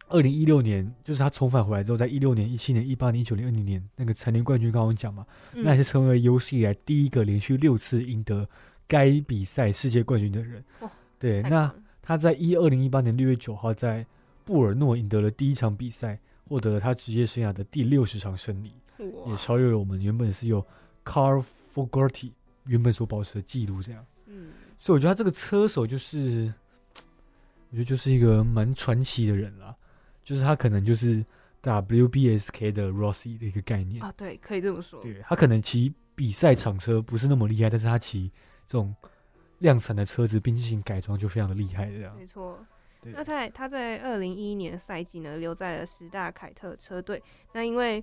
Speaker 1: 二零一六年，就是他重返回来之后，在一六年、一七年、一八年、一九年、二零年那个蝉联冠军，刚刚我们讲嘛，
Speaker 6: 嗯
Speaker 1: 那也是成为有史以来第一个连续六次赢得该比赛世界冠军的人。
Speaker 6: 哇
Speaker 1: 对，
Speaker 6: 太
Speaker 1: 那他在一二零一八年六月九号在布尔诺赢得了第一场比赛，获得了他职业生涯的第六十场胜利，也
Speaker 6: 哇，
Speaker 1: 超越了我们原本是由 Carl Fogarty 原本所保持的记录这样。
Speaker 6: 嗯，
Speaker 1: 所以我觉得他这个车手就是，我觉得就是一个蛮传奇的人啦，就是他可能就是 WBSK 的 Rossi 的一个概念，
Speaker 6: 啊，对，可以这么说，
Speaker 1: 对他可能骑比赛场车不是那么厉害，但是他骑这种量产的车子并进行改装就非常的厉害这样。
Speaker 6: 没错。
Speaker 1: 啊对
Speaker 6: 那在他在二零一一年赛季呢，留在了十大凯特车队。那因为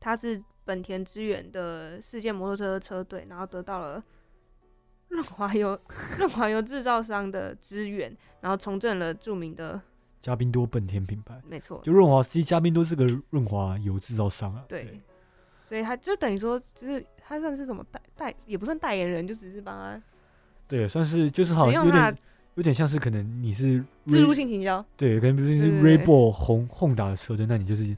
Speaker 6: 他是本田支援的世界摩托车车队，然后得到了润滑油润滑油制造商的支援，然后重振了著名的，
Speaker 1: 嘉宾多本田品牌，
Speaker 6: 没错，
Speaker 1: 就润滑，其实嘉宾多是个润滑油制造商啊。
Speaker 6: 对，所以他就等于说，就是他算是什么代代，也不算代言人，就只是帮他
Speaker 1: 对，算是就是好
Speaker 6: 使
Speaker 1: 像
Speaker 6: 用
Speaker 1: 有
Speaker 6: 它
Speaker 1: 点有点像是可能你是
Speaker 6: 植入
Speaker 1: Ray-
Speaker 6: 性行销。
Speaker 1: 对，可能比如说
Speaker 6: 对
Speaker 1: 是
Speaker 6: 对对
Speaker 1: Reebok 红 Honda 的车队，那你就是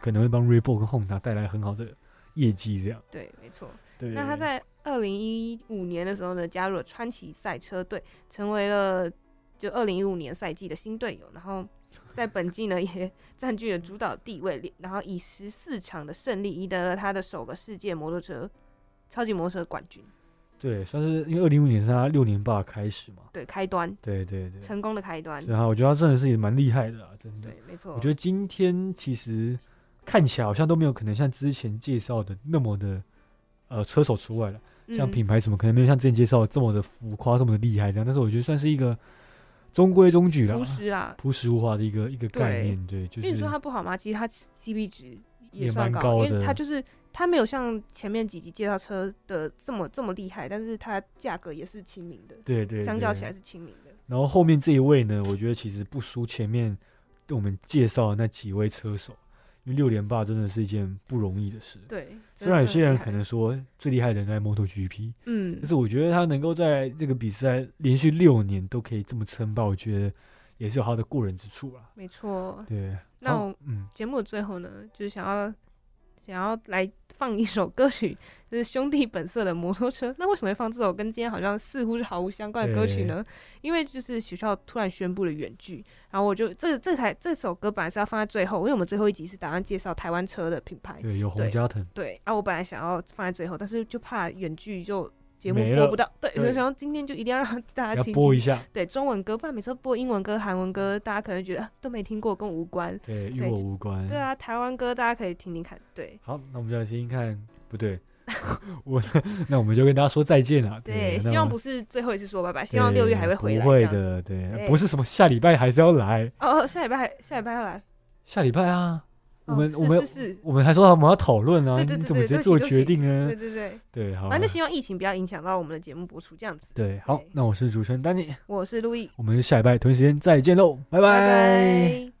Speaker 1: 可能会帮 Reebok 跟 Honda 带来很好的业绩这样。
Speaker 6: 对，没错。
Speaker 1: 对，
Speaker 6: 那他在二零一五年的时候呢，加入了川崎赛车队，成为了就二零一五年赛季的新队友，然后在本季呢也占据了主导地位，然后以十四场的胜利赢得了他的首个世界摩托车超级摩托车冠军。
Speaker 1: 对，算是因为二零一五年是他六年霸的开始嘛，
Speaker 6: 对，开端，
Speaker 1: 对对对，
Speaker 6: 成功的开端。
Speaker 1: 然后我觉得他真啊的是也蛮厉害的啦，真的。
Speaker 6: 没错，
Speaker 1: 我觉得今天其实看起来好像都没有可能像之前介绍的那么的，呃，车手除外了，像
Speaker 6: 嗯
Speaker 1: 品牌什么可能没有像之前介绍的这么的浮夸、这么的厉害这样，但是我觉得算是一个中规中矩啦，
Speaker 6: 朴实啦
Speaker 1: 朴实无华的一个一个概念，对，就
Speaker 6: 因为你
Speaker 1: 是
Speaker 6: 说它不好吗？其实它 CP 值也
Speaker 1: 也
Speaker 6: 算
Speaker 1: 蛮
Speaker 6: 高，
Speaker 1: 高
Speaker 6: 因为
Speaker 1: 的
Speaker 6: 它就是它没有像前面几集介绍车的这么这么厉害，但是它价格也是亲民的，
Speaker 1: 对对
Speaker 6: 相较
Speaker 1: 对
Speaker 6: 起来是亲民的。
Speaker 1: 然后后面这一位呢，我觉得其实不输前面我们介绍的那几位车手，因为六连霸真的是一件不容易的事。
Speaker 6: 对，
Speaker 1: 虽然有
Speaker 6: 真
Speaker 1: 些人
Speaker 6: 的很厉害
Speaker 1: 可能说最厉害的人在 MotoGP，
Speaker 6: 嗯
Speaker 1: 但是我觉得他能够在这个比赛连续六年都可以这么称霸，我觉得也是有他的过人之处啦。
Speaker 6: 没错。
Speaker 1: 对
Speaker 6: 那
Speaker 1: 好
Speaker 6: 我
Speaker 1: 嗯
Speaker 6: 节目的最后呢，就是想要想要来放一首歌曲，就是兄弟本色的摩托车。 那为什么会放这首跟今天好像似乎是毫无相关的歌曲呢？因为就是学校突然宣布了远距，然后我就这这台这首歌本来是要放在最后，因为我们最后一集是打算介绍台湾车的品牌，
Speaker 1: 对有洪嘉腾
Speaker 6: 对，啊，我本来想要放在最后，但是就怕远距就。节目
Speaker 1: 没
Speaker 6: 播
Speaker 1: 了
Speaker 6: 不到，对，
Speaker 1: 对
Speaker 6: 我就想说今天就一定要让大家
Speaker 1: 要
Speaker 6: 听
Speaker 1: 播
Speaker 6: 听
Speaker 1: 一下
Speaker 6: 对中文歌，不然每次播英文歌、韩文歌，大家可能觉得、啊都没听过，跟我无关。
Speaker 1: 对，与我无关。
Speaker 6: 对啊，台湾歌大家可以听听看。对
Speaker 1: 好，那我们就来听听看，不 对，我那我们就跟大家说再见了。
Speaker 6: 对，
Speaker 1: 那
Speaker 6: 希
Speaker 1: 我
Speaker 6: 望
Speaker 1: 们
Speaker 6: 不是最后一次说拜拜，希望六月还会
Speaker 1: 对
Speaker 6: 回来。
Speaker 1: 不
Speaker 6: 这
Speaker 1: 会
Speaker 6: 样
Speaker 1: 的，对，
Speaker 6: 对
Speaker 1: 不是什么下礼拜还是要来，
Speaker 6: 哦，下礼拜还下礼拜要来。
Speaker 1: 下礼拜啊，我们、
Speaker 6: 哦
Speaker 1: 我们
Speaker 6: 是是是
Speaker 1: 我们还说我们要讨论啊，
Speaker 6: 对对
Speaker 1: 你
Speaker 6: 对
Speaker 1: 怎么
Speaker 6: 对，
Speaker 1: 直接
Speaker 6: 对
Speaker 1: 做
Speaker 6: 不起
Speaker 1: 决定呢？
Speaker 6: 对对对
Speaker 1: 对嗯好
Speaker 6: 反正
Speaker 1: 啊
Speaker 6: 希望疫情不要影响到我们的节目播出，这样子。
Speaker 1: 对，好，那我是主持人丹尼，
Speaker 6: 我是陆毅，
Speaker 1: 我们下礼拜同一时间再见喽，拜拜
Speaker 6: 拜拜。